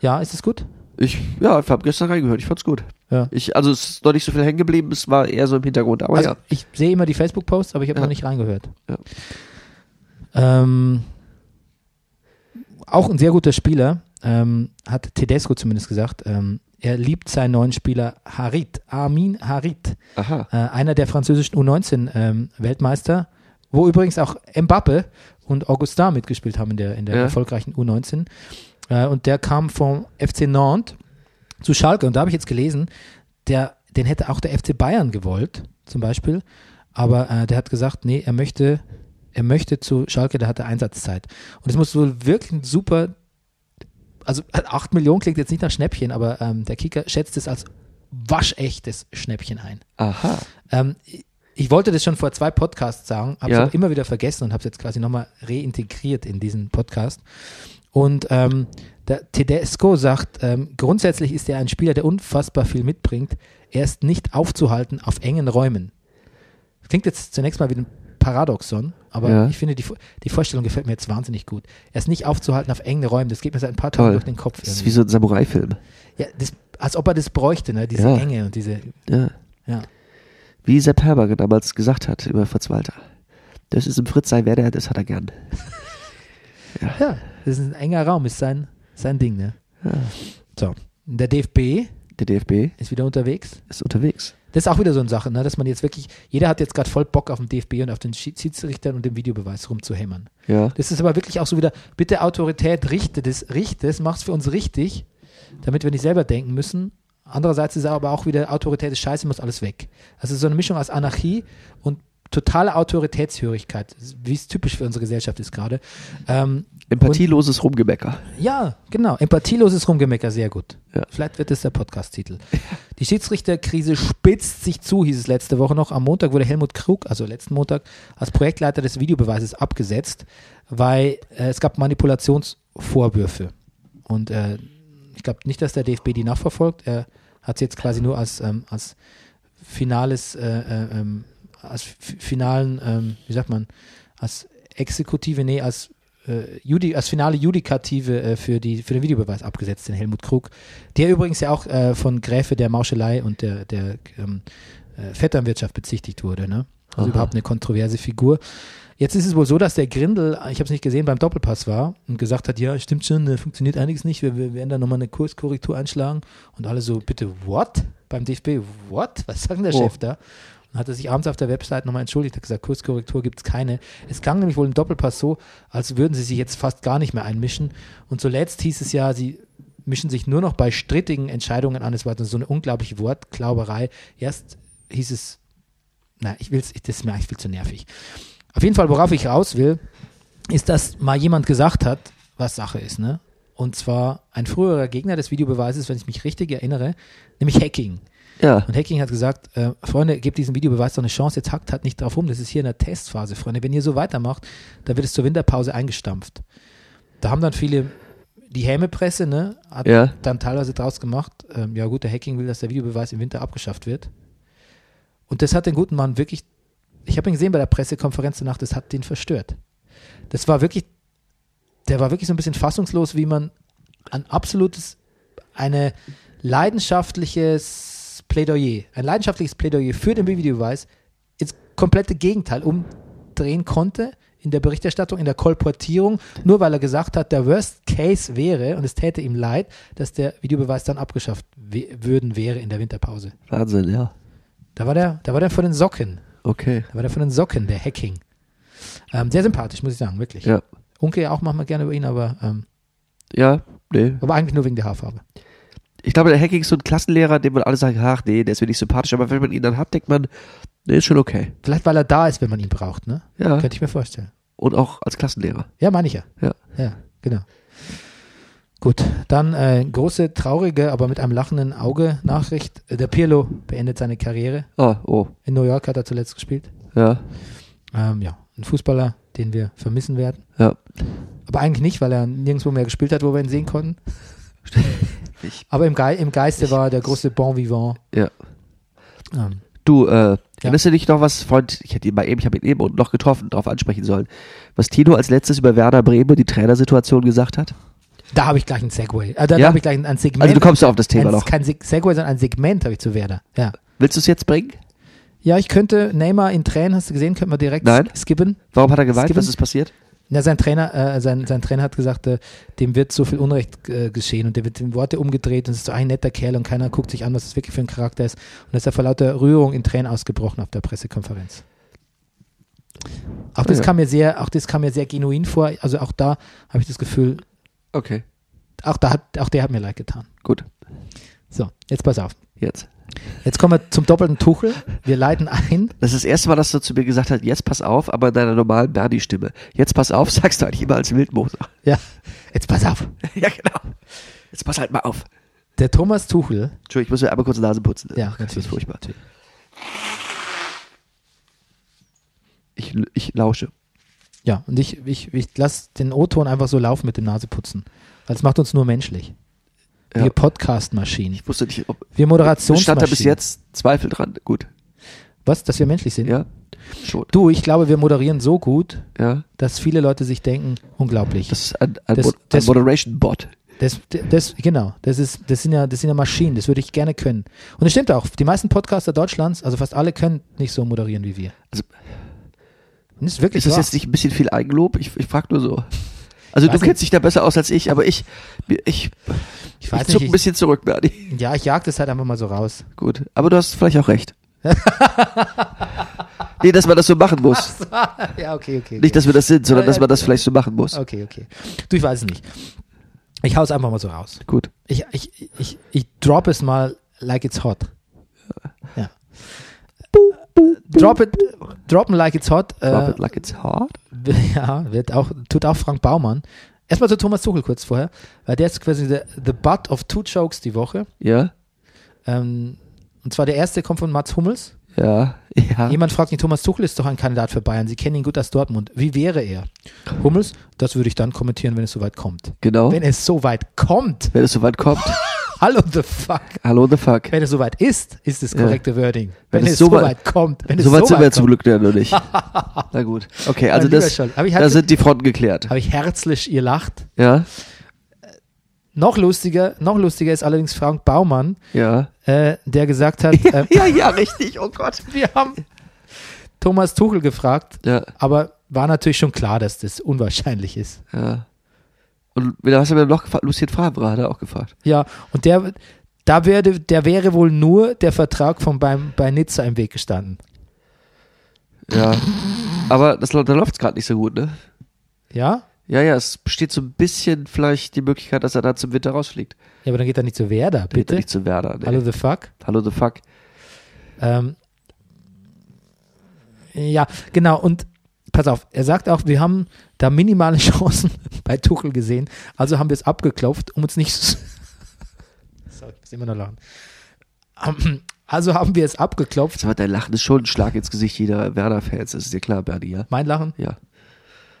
[SPEAKER 1] Ja, ist es gut?
[SPEAKER 2] Ich, ja, ich habe gestern reingehört, ich fand's gut.
[SPEAKER 1] Ja.
[SPEAKER 2] Ich, also es ist noch nicht so viel hängen geblieben, es war eher so im Hintergrund, aber
[SPEAKER 1] also
[SPEAKER 2] Oh ja.
[SPEAKER 1] ich sehe immer die Facebook-Posts, aber ich habe
[SPEAKER 2] Ja.
[SPEAKER 1] noch nicht reingehört.
[SPEAKER 2] Ja.
[SPEAKER 1] Ähm, auch ein sehr guter Spieler, ähm, hat Tedesco zumindest gesagt. Ähm, er liebt seinen neuen Spieler Harit, Armin Harit,
[SPEAKER 2] Aha.
[SPEAKER 1] äh, einer der französischen U19-Weltmeister, wo übrigens auch Mbappe und Augustin mitgespielt haben in der, in der
[SPEAKER 2] Ja.
[SPEAKER 1] erfolgreichen U19. Äh, und der kam vom FC Nantes zu Schalke. Und da habe ich jetzt gelesen, der, den hätte auch der FC Bayern gewollt, zum Beispiel. Aber äh, der hat gesagt, nee, er möchte, er möchte zu Schalke, da hat er Einsatzzeit. Und es muss wohl wirklich ein super, also 8 Millionen klingt jetzt nicht nach Schnäppchen, aber ähm, der Kicker schätzt es als waschechtes Schnäppchen ein.
[SPEAKER 2] Aha.
[SPEAKER 1] Ähm, ich- ich wollte das schon vor zwei Podcasts sagen, habe es
[SPEAKER 2] Ja.
[SPEAKER 1] aber immer wieder vergessen und habe es jetzt quasi nochmal reintegriert in diesen Podcast. Und ähm, der Tedesco sagt, ähm, grundsätzlich ist er ein Spieler, der unfassbar viel mitbringt. Er ist nicht aufzuhalten auf engen Räumen. Klingt jetzt zunächst mal wie ein Paradoxon, aber
[SPEAKER 2] Ja.
[SPEAKER 1] ich finde, die, Vo- die Vorstellung gefällt mir jetzt wahnsinnig gut. Er ist nicht aufzuhalten auf engen Räumen. Das geht mir seit ein paar Tagen
[SPEAKER 2] Toll.
[SPEAKER 1] durch den Kopf.
[SPEAKER 2] Das ist
[SPEAKER 1] irgendwie.
[SPEAKER 2] wie so ein Samurai-Film.
[SPEAKER 1] ja, das, als ob er das bräuchte, ne? diese
[SPEAKER 2] Ja.
[SPEAKER 1] Enge und diese.
[SPEAKER 2] Ja.
[SPEAKER 1] Ja.
[SPEAKER 2] ne? Wie Sepp Herberger damals gesagt hat über Fritz Walter. Das ist im Fritz sein Werder, das hat er gern.
[SPEAKER 1] Ja, das ist ein enger Raum, ist sein, sein Ding, ne? So. Der DFB
[SPEAKER 2] Der DFB
[SPEAKER 1] ist wieder unterwegs.
[SPEAKER 2] ist unterwegs.
[SPEAKER 1] Das ist auch wieder so eine Sache, ne? dass man jetzt wirklich, jeder hat jetzt gerade voll Bock auf den DFB und auf den Schi- Schiedsrichtern und dem Videobeweis rumzuhämmern.
[SPEAKER 2] Ja.
[SPEAKER 1] Das ist aber wirklich auch so wieder, bitte Autorität, richte das, richte es, mach's für uns richtig, damit wir nicht selber denken müssen. Andererseits ist aber auch wieder, Autorität ist scheiße, muss alles weg. Also so eine Mischung aus Anarchie und totale Autoritätshörigkeit, wie es typisch für unsere Gesellschaft ist gerade. Ähm,
[SPEAKER 2] Empathieloses Rumgemecker.
[SPEAKER 1] ja, genau. Empathieloses Rumgemecker, sehr gut.
[SPEAKER 2] Ja.
[SPEAKER 1] Vielleicht wird es der Podcast-Titel. Die Schiedsrichterkrise spitzt sich zu, hieß es letzte Woche noch. Am Montag wurde Helmut Krug, also letzten Montag, als Projektleiter des Videobeweises abgesetzt, weil äh, es gab Manipulationsvorwürfe. Und äh, ich glaube nicht, dass der DFB die nachverfolgt. Er hat sie jetzt quasi nur als, ähm, als finales, äh, äh, ähm, als f- finalen, ähm, wie sagt man, als exekutive, nee, als äh, Judi, als finale Judikative äh, für, die, für den Videobeweis abgesetzt, den Helmut Krug, der übrigens ja auch äh, von Gräfe der Mauschelei und der, der ähm, äh, Vetternwirtschaft bezichtigt wurde. Ne? Also überhaupt eine kontroverse Figur. Jetzt ist es wohl so, dass der Grindel, ich habe es nicht gesehen, beim Doppelpass war und gesagt hat, ja, stimmt schon, äh, funktioniert einiges nicht, wir, wir werden da nochmal eine Kurskorrektur einschlagen. Und alle so, bitte, what? Beim DFB, what? Was sagt denn der
[SPEAKER 2] Oh.
[SPEAKER 1] Chef da? Und hat er sich abends auf der Website nochmal entschuldigt, hat gesagt, Kurskorrektur gibt es keine. Es klang nämlich wohl im Doppelpass so, als würden sie sich jetzt fast gar nicht mehr einmischen. Und zuletzt hieß es ja, sie mischen sich nur noch bei strittigen Entscheidungen an. Es war so eine unglaubliche Wortklauberei. Erst hieß es, na, ich will's, ich, das ist mir eigentlich viel zu nervig. Auf jeden Fall, worauf ich raus will, ist, dass mal jemand gesagt hat, was Sache ist, ne? Und zwar ein früherer Gegner des Videobeweises, wenn ich mich richtig erinnere, nämlich Hacking.
[SPEAKER 2] Ja.
[SPEAKER 1] Und Hacking hat gesagt, äh, Freunde, gebt diesem Videobeweis doch eine Chance, jetzt hackt halt nicht drauf rum, das ist hier in der Testphase, Freunde. Wenn ihr so weitermacht, dann wird es zur Winterpause eingestampft. Da haben dann viele die Hämepresse, ne, hat
[SPEAKER 2] Ja.
[SPEAKER 1] dann teilweise draus gemacht, ähm, ja gut, der Hacking will, dass der Videobeweis im Winter abgeschafft wird. Und das hat den guten Mann wirklich, ich habe ihn gesehen bei der Pressekonferenz danach, das hat den verstört. Das war wirklich, der war wirklich so ein bisschen fassungslos, wie man ein absolutes, eine leidenschaftliches Plädoyer, ein leidenschaftliches Plädoyer für den Videobeweis ins komplette Gegenteil umdrehen konnte, in der Berichterstattung, in der Kolportierung, nur weil er gesagt hat, der Worst Case wäre, und es täte ihm leid, dass der Videobeweis dann abgeschafft we- würden wäre in der Winterpause.
[SPEAKER 2] Wahnsinn, ja.
[SPEAKER 1] Da war der, da war der von den Socken.
[SPEAKER 2] Okay.
[SPEAKER 1] Da war der von den Socken, der Hacking. Ähm, sehr sympathisch, muss ich sagen, wirklich.
[SPEAKER 2] Ja.
[SPEAKER 1] Unke ja auch machen wir gerne über ihn, aber, ähm,
[SPEAKER 2] Ja, nee.
[SPEAKER 1] aber eigentlich nur wegen der Haarfarbe.
[SPEAKER 2] Ich glaube, der Hacking ist so ein Klassenlehrer, dem man alle sagen, ach nee, der ist mir nicht sympathisch, aber wenn man ihn dann hat, denkt man, nee, ist schon okay.
[SPEAKER 1] Vielleicht, weil er da ist, wenn man ihn braucht, ne?
[SPEAKER 2] Ja.
[SPEAKER 1] Könnte ich mir vorstellen.
[SPEAKER 2] Und auch als Klassenlehrer.
[SPEAKER 1] Ja, meine ich ja.
[SPEAKER 2] Ja.
[SPEAKER 1] Ja, genau. Gut, dann äh, große, traurige, aber mit einem lachenden Auge Nachricht. Äh, Der Pirlo beendet seine Karriere.
[SPEAKER 2] Ah, oh,
[SPEAKER 1] In New York hat er zuletzt gespielt.
[SPEAKER 2] ja,
[SPEAKER 1] Ähm, ja, ein Fußballer, den wir vermissen werden.
[SPEAKER 2] ja.
[SPEAKER 1] Aber eigentlich nicht, weil er nirgendwo mehr gespielt hat, wo wir ihn sehen konnten. aber im, Gei- im Geiste war er der große Bon Vivant.
[SPEAKER 2] Ja.
[SPEAKER 1] Ähm,
[SPEAKER 2] Du, äh, erinnerst du dich noch was, Freund, ich hätte ihn mal eben, ich habe ihn eben unten noch getroffen, darauf ansprechen sollen, was Tino als letztes über Werder Bremen, die Trainersituation gesagt hat?
[SPEAKER 1] da habe ich gleich einen Segway. Äh, da
[SPEAKER 2] Ja?
[SPEAKER 1] habe ich gleich ein, ein Segment.
[SPEAKER 2] Also du kommst ja auf das Thema
[SPEAKER 1] ein,
[SPEAKER 2] noch.
[SPEAKER 1] Kein Seg- Segway, sondern ein Segment habe ich zu Werder. Ja.
[SPEAKER 2] Willst du es jetzt bringen?
[SPEAKER 1] Ja, ich könnte Neymar in Tränen, hast du gesehen, könnte man direkt
[SPEAKER 2] Nein.
[SPEAKER 1] sk- skippen.
[SPEAKER 2] Warum hat er geweint?
[SPEAKER 1] Skippen?
[SPEAKER 2] Was ist passiert?
[SPEAKER 1] Ja, sein Trainer, äh, sein, sein Trainer hat gesagt, äh, dem wird so viel Unrecht äh, geschehen und der wird in Worte umgedreht und es ist so ein netter Kerl und keiner guckt sich an, was das wirklich für ein Charakter ist. Und ist er vor lauter Rührung in Tränen ausgebrochen auf der Pressekonferenz. Auch das
[SPEAKER 2] Ja.
[SPEAKER 1] kam mir sehr, auch das kam mir sehr genuin vor. Also auch da habe ich das Gefühl,
[SPEAKER 2] Okay.
[SPEAKER 1] auch da hat, auch der hat mir leid getan.
[SPEAKER 2] Gut,
[SPEAKER 1] So, jetzt pass auf.
[SPEAKER 2] jetzt.
[SPEAKER 1] Jetzt kommen wir zum doppelten Tuchel. Wir leiten ein.
[SPEAKER 2] Das ist das erste Mal, dass du zu mir gesagt hast, jetzt pass auf, aber in deiner normalen Bernie-Stimme. Jetzt pass auf, sagst du eigentlich immer als Wildmoser.
[SPEAKER 1] Ja, jetzt pass auf.
[SPEAKER 2] ja, genau. Jetzt pass halt mal auf.
[SPEAKER 1] Der Thomas Tuchel
[SPEAKER 2] Entschuldigung, ich muss mir einmal kurz die Nase putzen.
[SPEAKER 1] Ja,
[SPEAKER 2] das
[SPEAKER 1] natürlich,
[SPEAKER 2] ist furchtbar. Ich, ich lausche.
[SPEAKER 1] Ja, und ich, ich, ich lasse den O-Ton einfach so laufen mit dem Naseputzen. Weil es macht uns nur menschlich.
[SPEAKER 2] Ja.
[SPEAKER 1] Wir Podcast-Maschinen.
[SPEAKER 2] Ich wusste nicht, ob.
[SPEAKER 1] Wir
[SPEAKER 2] Stand da
[SPEAKER 1] Moderationsmaschinen.
[SPEAKER 2] bis jetzt Zweifel dran. Gut.
[SPEAKER 1] Was, dass wir menschlich sind?
[SPEAKER 2] Ja. Schon.
[SPEAKER 1] Du, ich glaube, wir moderieren so gut,
[SPEAKER 2] Ja.
[SPEAKER 1] dass viele Leute sich denken, unglaublich.
[SPEAKER 2] Das ist ein, ein,
[SPEAKER 1] Das-
[SPEAKER 2] Mod-
[SPEAKER 1] das-
[SPEAKER 2] ein Moderation-Bot.
[SPEAKER 1] Das, das, genau, das, ist, das, sind ja, das sind ja Maschinen, das würde ich gerne können. Und es stimmt auch, die meisten Podcaster Deutschlands, also fast alle, können nicht so moderieren wie wir.
[SPEAKER 2] Also-
[SPEAKER 1] Und das ist wirklich
[SPEAKER 2] Ist das
[SPEAKER 1] wahr.
[SPEAKER 2] jetzt nicht ein bisschen viel Eigenlob? Ich, ich frage nur so. Also
[SPEAKER 1] Weiß
[SPEAKER 2] du
[SPEAKER 1] nicht.
[SPEAKER 2] kennst dich da besser aus als ich, aber ich, ich, ich,
[SPEAKER 1] ich
[SPEAKER 2] ich
[SPEAKER 1] weiß
[SPEAKER 2] zuck ein
[SPEAKER 1] nicht,
[SPEAKER 2] bisschen zurück, Bernie.
[SPEAKER 1] ich, ja, ich jag das halt einfach mal so raus.
[SPEAKER 2] Gut. Aber du hast vielleicht auch recht. nee, dass man das so machen muss.
[SPEAKER 1] ja, okay, okay. okay.
[SPEAKER 2] Nicht, dass wir das sind, sondern
[SPEAKER 1] Ja, ja,
[SPEAKER 2] dass man das vielleicht so machen muss.
[SPEAKER 1] Okay, okay. Du, ich weiß es nicht. Ich hau's einfach mal so raus.
[SPEAKER 2] Gut.
[SPEAKER 1] Ich, ich, ich, ich drop es mal like it's hot. Ja. Drop it, droppen like it's hot.
[SPEAKER 2] Drop
[SPEAKER 1] Äh,
[SPEAKER 2] it like it's hard.
[SPEAKER 1] ja, wird auch, tut auch Frank Baumann. Erstmal zu Thomas Tuchel kurz vorher, weil der ist quasi the, the butt of two jokes die Woche.
[SPEAKER 2] Ja.
[SPEAKER 1] Ähm, und zwar der erste kommt von Mats Hummels.
[SPEAKER 2] Ja. Ja.
[SPEAKER 1] Jemand fragt ihn, Thomas Tuchel ist doch ein Kandidat für Bayern. Sie kennen ihn gut aus Dortmund. Wie wäre er? Hummels, das würde ich dann kommentieren, wenn es soweit kommt.
[SPEAKER 2] Genau.
[SPEAKER 1] Wenn es so weit kommt,
[SPEAKER 2] Wenn es soweit kommt.
[SPEAKER 1] hallo the fuck.
[SPEAKER 2] Hallo the fuck.
[SPEAKER 1] Wenn es soweit ist, ist das korrekte Wording. Wenn,
[SPEAKER 2] Wenn
[SPEAKER 1] es
[SPEAKER 2] es so
[SPEAKER 1] soweit
[SPEAKER 2] weit-
[SPEAKER 1] kommt, wenn es
[SPEAKER 2] Soweit
[SPEAKER 1] soweit
[SPEAKER 2] so sind wir
[SPEAKER 1] kommt,
[SPEAKER 2] zum Glück ja noch nicht. Na gut. Okay, also
[SPEAKER 1] lieber
[SPEAKER 2] das,
[SPEAKER 1] Scholz, aber ich hatte-
[SPEAKER 2] da sind die Fronten geklärt.
[SPEAKER 1] habe ich herzlich ihr lacht.
[SPEAKER 2] Ja,
[SPEAKER 1] Noch lustiger, noch lustiger ist allerdings Frank Baumann,
[SPEAKER 2] ja.
[SPEAKER 1] äh, der gesagt hat, äh,
[SPEAKER 2] Ja, ja, richtig. Oh Gott.
[SPEAKER 1] wir haben Thomas Tuchel gefragt,
[SPEAKER 2] Ja,
[SPEAKER 1] aber war natürlich schon klar, dass das unwahrscheinlich ist.
[SPEAKER 2] ja. Und wieder was haben wir noch gefragt? Lucien Favre hat er auch gefragt.
[SPEAKER 1] Ja, und der, da werde, der wäre wohl nur der Vertrag von beim, bei Nizza im Weg gestanden.
[SPEAKER 2] Ja. Aber das, da läuft es gerade nicht so gut, ne?
[SPEAKER 1] Ja?
[SPEAKER 2] Ja, ja, es besteht so ein bisschen vielleicht die Möglichkeit, dass er da zum Winter rausfliegt.
[SPEAKER 1] Ja, aber dann geht er nicht zu Werder,
[SPEAKER 2] Bitte?
[SPEAKER 1] bitte.
[SPEAKER 2] Nicht zu Werder. Nee.
[SPEAKER 1] Hallo the fuck.
[SPEAKER 2] Hallo the fuck.
[SPEAKER 1] Ähm, ja, genau. Und pass auf, er sagt auch, wir haben da minimale Chancen bei Tuchel gesehen. Also haben wir es abgeklopft, um uns nicht. Sorry, ich muss immer noch lachen. Ähm, Also haben wir es abgeklopft.
[SPEAKER 2] Jetzt war dein Lachen ist schon ein Schlag ins Gesicht jeder Werder-Fans. Das ist dir klar, Bernie, ja?
[SPEAKER 1] Mein Lachen.
[SPEAKER 2] Ja.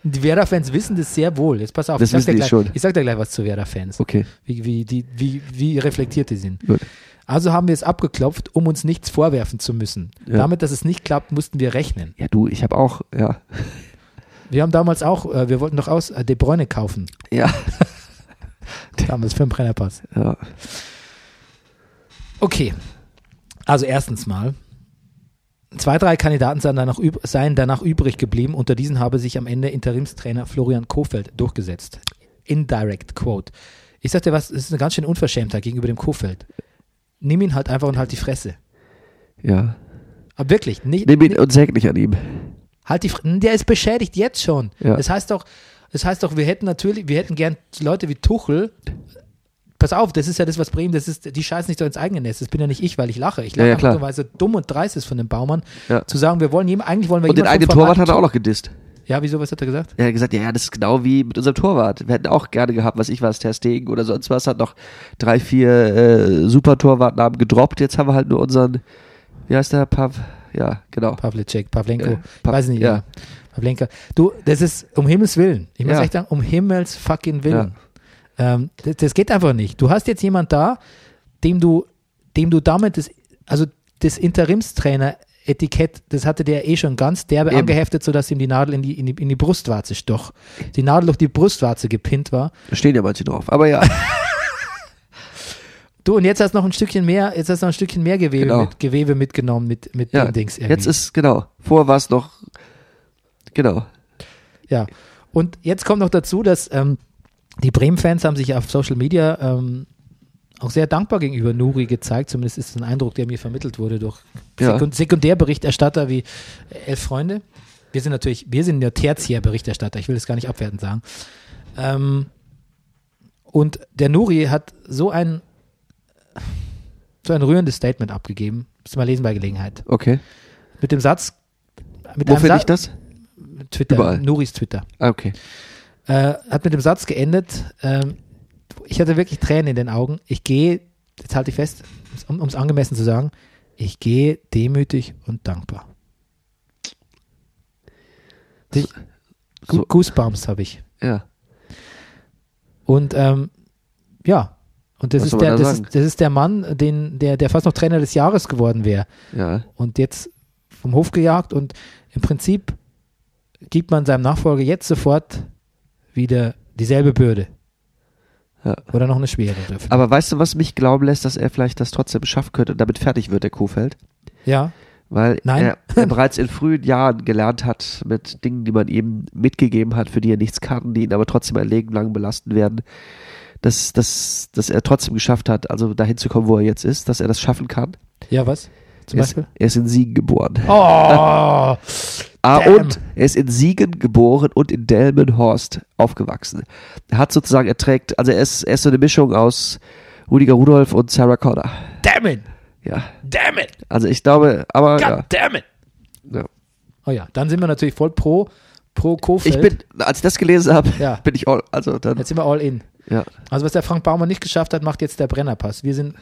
[SPEAKER 1] Die Werder-Fans wissen das sehr wohl. Jetzt pass auf,
[SPEAKER 2] Das
[SPEAKER 1] ich, sag
[SPEAKER 2] wissen
[SPEAKER 1] dir
[SPEAKER 2] die
[SPEAKER 1] gleich,
[SPEAKER 2] schon.
[SPEAKER 1] ich sag dir gleich was zu Werder-Fans.
[SPEAKER 2] Okay.
[SPEAKER 1] Wie, wie, die, wie, wie reflektiert die sind.
[SPEAKER 2] Gut.
[SPEAKER 1] Also haben wir es abgeklopft, um uns nichts vorwerfen zu müssen.
[SPEAKER 2] Ja.
[SPEAKER 1] Damit, dass es nicht klappt, mussten wir rechnen.
[SPEAKER 2] Ja, du, ich habe auch, ja.
[SPEAKER 1] Wir haben damals auch, äh, wir wollten doch aus äh, De Bruyne kaufen.
[SPEAKER 2] Ja.
[SPEAKER 1] Damals für den Brennerpass.
[SPEAKER 2] Ja.
[SPEAKER 1] Okay. Also erstens mal, Zwei, drei Kandidaten seien danach, üb seien danach übrig geblieben. Unter diesen habe sich am Ende Interimstrainer Florian Kofeld durchgesetzt. Indirect Quote. Ich sagte, was, das ist eine ganz schöne Unverschämtheit gegenüber dem Kofeld. Nimm ihn halt einfach und halt die Fresse.
[SPEAKER 2] Ja.
[SPEAKER 1] Aber wirklich, nicht,
[SPEAKER 2] Nimm ihn und säg nicht an ihm.
[SPEAKER 1] Halt die Fre- Der ist beschädigt jetzt schon.
[SPEAKER 2] Ja.
[SPEAKER 1] Das heißt doch, das heißt doch, wir hätten natürlich, wir hätten gern Leute wie Tuchel. Pass auf, das ist ja das, was Bremen, das ist, die scheißen nicht doch ins eigene Nest. Das bin ja nicht ich, weil ich lache. Ich lache
[SPEAKER 2] Ja, ja,
[SPEAKER 1] einfach
[SPEAKER 2] klar.
[SPEAKER 1] nur, weil es so dumm und dreist ist von den Baumann,
[SPEAKER 2] Ja.
[SPEAKER 1] zu sagen, wir wollen jedem, eigentlich wollen wir
[SPEAKER 2] Und den
[SPEAKER 1] jemanden
[SPEAKER 2] eigenen
[SPEAKER 1] vom
[SPEAKER 2] Torwart hat
[SPEAKER 1] Verein-
[SPEAKER 2] er auch noch gedisst.
[SPEAKER 1] Ja, wieso, was hat er gesagt?
[SPEAKER 2] Er hat gesagt, ja, ja, das ist genau wie mit unserem Torwart. Wir hätten auch gerne gehabt, was ich weiß, Ter Stegen oder sonst was, hat noch drei, vier äh, super Torwartnamen gedroppt. Jetzt haben wir halt nur unseren, wie heißt der, Pav? Ja, genau.
[SPEAKER 1] Pavlicek, Pavlenko,
[SPEAKER 2] Äh, Pav-
[SPEAKER 1] ich weiß nicht,
[SPEAKER 2] ja.
[SPEAKER 1] ja. Pavlenka. Du, das ist um Himmels Willen. Ich muss
[SPEAKER 2] Ja.
[SPEAKER 1] echt sagen, um Himmels fucking Willen. Ähm, das, das geht einfach nicht. Du hast jetzt jemand da, dem du, dem du damit das, also das Interimstrainer-Etikett, das hatte der eh schon ganz derbe
[SPEAKER 2] Eben.
[SPEAKER 1] angeheftet, sodass ihm die Nadel in die, in die, in die Brustwarze stoch. Die Nadel durch die Brustwarze gepinnt war.
[SPEAKER 2] Da stehen ja manche drauf. Aber ja,
[SPEAKER 1] Du, und jetzt hast noch ein Stückchen mehr, jetzt hast noch ein Stückchen mehr Gewebe,
[SPEAKER 2] Genau.
[SPEAKER 1] mit, Gewebe mitgenommen mit, mit
[SPEAKER 2] ja.
[SPEAKER 1] dem Dings. irgendwie.
[SPEAKER 2] jetzt ist, genau. Vorher war es noch, genau.
[SPEAKER 1] Ja. Und jetzt kommt noch dazu, dass ähm, die Bremen-Fans haben sich auf Social Media ähm, auch sehr dankbar gegenüber Nuri gezeigt. Zumindest ist das ein Eindruck, der mir vermittelt wurde durch
[SPEAKER 2] Ja.
[SPEAKER 1] Sekund Sekundärberichterstatter wie äh, Elf Freunde. Wir sind natürlich, wir sind ja Tertiärberichterstatter. Ich will das gar nicht abwertend sagen. Ähm, und der Nuri hat so ein, so ein rührendes Statement abgegeben. Müsst ihr mal lesen bei Gelegenheit.
[SPEAKER 2] Okay.
[SPEAKER 1] Mit dem Satz, mit
[SPEAKER 2] Wo
[SPEAKER 1] einem
[SPEAKER 2] finde
[SPEAKER 1] Satz,
[SPEAKER 2] ich das?
[SPEAKER 1] Twitter,
[SPEAKER 2] Überall.
[SPEAKER 1] Nuris Twitter
[SPEAKER 2] Ah, okay.
[SPEAKER 1] äh, hat mit dem Satz geendet. Ähm, ich hatte wirklich Tränen in den Augen. Ich gehe, jetzt halte ich fest, um es angemessen zu sagen, ich gehe demütig und dankbar. Dich,
[SPEAKER 2] so-
[SPEAKER 1] Gu- Goosebumps habe ich.
[SPEAKER 2] Ja.
[SPEAKER 1] Und ähm, ja, und das
[SPEAKER 2] Was
[SPEAKER 1] ist,
[SPEAKER 2] soll man
[SPEAKER 1] der,
[SPEAKER 2] da
[SPEAKER 1] das,
[SPEAKER 2] sagen?
[SPEAKER 1] ist, das ist der Mann, den, der, der fast noch Trainer des Jahres geworden wäre.
[SPEAKER 2] Ja.
[SPEAKER 1] und jetzt vom Hof gejagt und im Prinzip gibt man seinem Nachfolger jetzt sofort wieder dieselbe Bürde.
[SPEAKER 2] Ja.
[SPEAKER 1] Oder noch eine schwere. dürfen.
[SPEAKER 2] Aber weißt du, was mich glauben lässt, dass er vielleicht das trotzdem schaffen könnte und damit fertig wird, der Kuhfeld?
[SPEAKER 1] ja,
[SPEAKER 2] Weil
[SPEAKER 1] Nein.
[SPEAKER 2] Er, er bereits in frühen Jahren gelernt hat mit Dingen, die man ihm mitgegeben hat, für die er nichts kann, die ihn aber trotzdem ein Leben lang belasten werden, dass, dass, dass er trotzdem geschafft hat, also dahin zu kommen, wo er jetzt ist, dass er das schaffen kann.
[SPEAKER 1] ja, was? Zum
[SPEAKER 2] Er ist,
[SPEAKER 1] Beispiel?
[SPEAKER 2] er ist in Siegen geboren.
[SPEAKER 1] Oh!
[SPEAKER 2] ah,
[SPEAKER 1] damn.
[SPEAKER 2] und er ist in Siegen geboren und in Delmenhorst aufgewachsen. Er hat sozusagen, er trägt, also er ist, er ist so eine Mischung aus Rüdiger Rudolph und Sarah Connor.
[SPEAKER 1] Damn it!
[SPEAKER 2] Ja.
[SPEAKER 1] Damn it!
[SPEAKER 2] Also ich glaube, aber
[SPEAKER 1] God
[SPEAKER 2] ja,
[SPEAKER 1] damn it!
[SPEAKER 2] ja.
[SPEAKER 1] Oh ja, dann sind wir natürlich voll pro, pro Kofeld.
[SPEAKER 2] ich bin, als ich das gelesen habe,
[SPEAKER 1] Ja.
[SPEAKER 2] bin ich all, also dann,
[SPEAKER 1] jetzt sind wir all in.
[SPEAKER 2] ja,
[SPEAKER 1] Also was der Frank Baumann nicht geschafft hat, macht jetzt der Brennerpass. Wir sind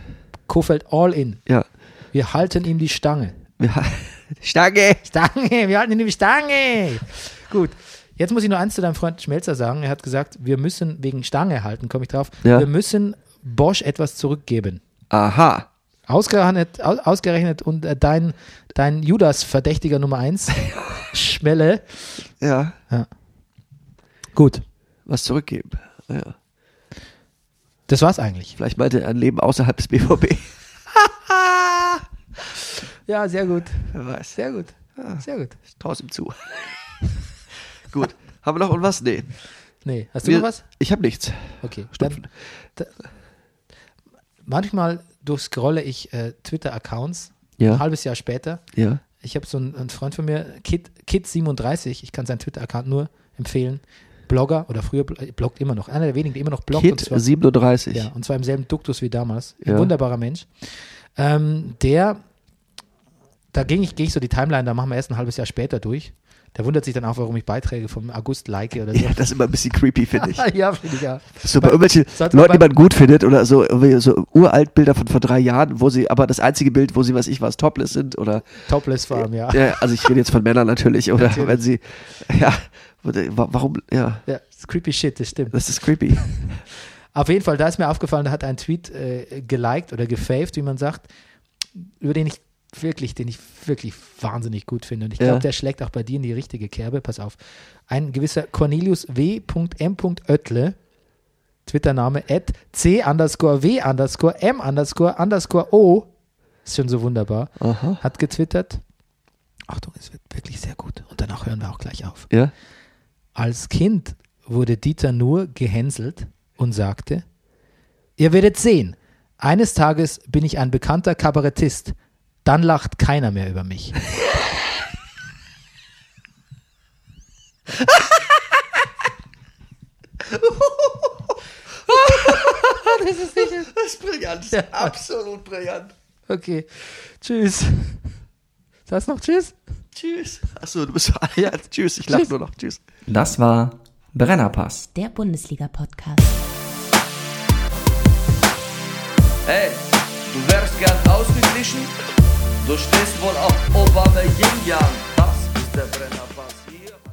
[SPEAKER 1] Kofeld all in.
[SPEAKER 2] ja.
[SPEAKER 1] Wir halten ihm die Stange.
[SPEAKER 2] ja. Stange!
[SPEAKER 1] Stange, wir halten ihn die Stange. Gut. Jetzt muss ich nur eins zu deinem Freund Schmelzer sagen. Er hat gesagt, wir müssen wegen Stange halten, komme ich drauf.
[SPEAKER 2] Ja.
[SPEAKER 1] Wir müssen Bosch etwas zurückgeben.
[SPEAKER 2] Aha.
[SPEAKER 1] Ausgerechnet, au- ausgerechnet und äh, dein, dein Judas-Verdächtiger Nummer eins, Schmelle.
[SPEAKER 2] Ja.
[SPEAKER 1] Gut,
[SPEAKER 2] Was zurückgeben. Ja.
[SPEAKER 1] das war's eigentlich.
[SPEAKER 2] Vielleicht meinte er ein Leben außerhalb des BVB.
[SPEAKER 1] Ja, sehr gut.
[SPEAKER 2] Wer weiß.
[SPEAKER 1] Sehr gut. Sehr gut.
[SPEAKER 2] Ich traue ihm zu. Gut. Haben wir noch irgendwas? Nee.
[SPEAKER 1] Nee, hast du
[SPEAKER 2] Wir-
[SPEAKER 1] noch was?
[SPEAKER 2] Ich habe nichts.
[SPEAKER 1] Okay.
[SPEAKER 2] Stopfen.
[SPEAKER 1] Dann, da, manchmal durchscrolle ich äh, Twitter-Accounts,
[SPEAKER 2] Ja.
[SPEAKER 1] ein halbes Jahr später.
[SPEAKER 2] Ja.
[SPEAKER 1] Ich habe so einen, einen Freund von mir, Kid, Kid37, ich kann seinen Twitter-Account nur empfehlen. Blogger oder früher bl- bloggt immer noch. Einer der wenigen, der immer noch bloggt.
[SPEAKER 2] Kid
[SPEAKER 1] und, zwar,
[SPEAKER 2] 37.
[SPEAKER 1] ja, und zwar im selben Duktus wie damals. Ein
[SPEAKER 2] Ja.
[SPEAKER 1] wunderbarer Mensch. Ähm, der, da ging ich, gehe ich so die Timeline, da machen wir erst ein halbes Jahr später durch. Der wundert sich dann auch, warum ich Beiträge vom August like oder so.
[SPEAKER 2] Ja, das ist immer ein bisschen creepy, finde ich.
[SPEAKER 1] ja, finde ich ja.
[SPEAKER 2] So bei irgendwelchen
[SPEAKER 1] Sollte man
[SPEAKER 2] Leuten, die
[SPEAKER 1] bei-
[SPEAKER 2] man gut findet oder so, irgendwie so uralt Bilder von vor drei Jahren, wo sie, aber das einzige Bild, wo sie, was ich weiß, topless sind oder
[SPEAKER 1] Topless Farm, ja.
[SPEAKER 2] Ja, also ich rede jetzt von Männern natürlich, oder wenn sie, ja, wurde- wa- warum, ja,
[SPEAKER 1] Ja, das ist creepy shit, das stimmt.
[SPEAKER 2] das ist creepy.
[SPEAKER 1] Auf jeden Fall, da ist mir aufgefallen, da hat ein Tweet äh, geliked oder gefaved, wie man sagt, über den ich wirklich, den ich wirklich wahnsinnig gut finde. Und ich glaube,
[SPEAKER 2] Ja.
[SPEAKER 1] der schlägt auch bei dir in die richtige Kerbe. Pass auf. Ein gewisser Cornelius W.M. Oettle, Twitter-Name, at C underscore W underscore M underscore underscore O, ist schon so wunderbar,
[SPEAKER 2] Aha.
[SPEAKER 1] hat getwittert. Achtung, es wird wirklich sehr gut. Und danach hören wir auch gleich auf.
[SPEAKER 2] Ja?
[SPEAKER 1] Als Kind wurde Dieter nur gehänselt und sagte, ihr werdet sehen, eines Tages bin ich ein bekannter Kabarettist, dann lacht keiner mehr über mich.
[SPEAKER 2] Das ist brillant. Absolut brillant.
[SPEAKER 1] Okay, tschüss. Sagst noch tschüss?
[SPEAKER 2] Tschüss. Achso, du bist. Ja, tschüss. Ich lache nur noch. Tschüss.
[SPEAKER 3] Das war Brennerpass.
[SPEAKER 4] Der Bundesliga-Podcast.
[SPEAKER 5] Ey, du wärst gern ausgeglichen? Du stehst wohl auf Obama Yin Yang. Das ist der Brennerpass hier.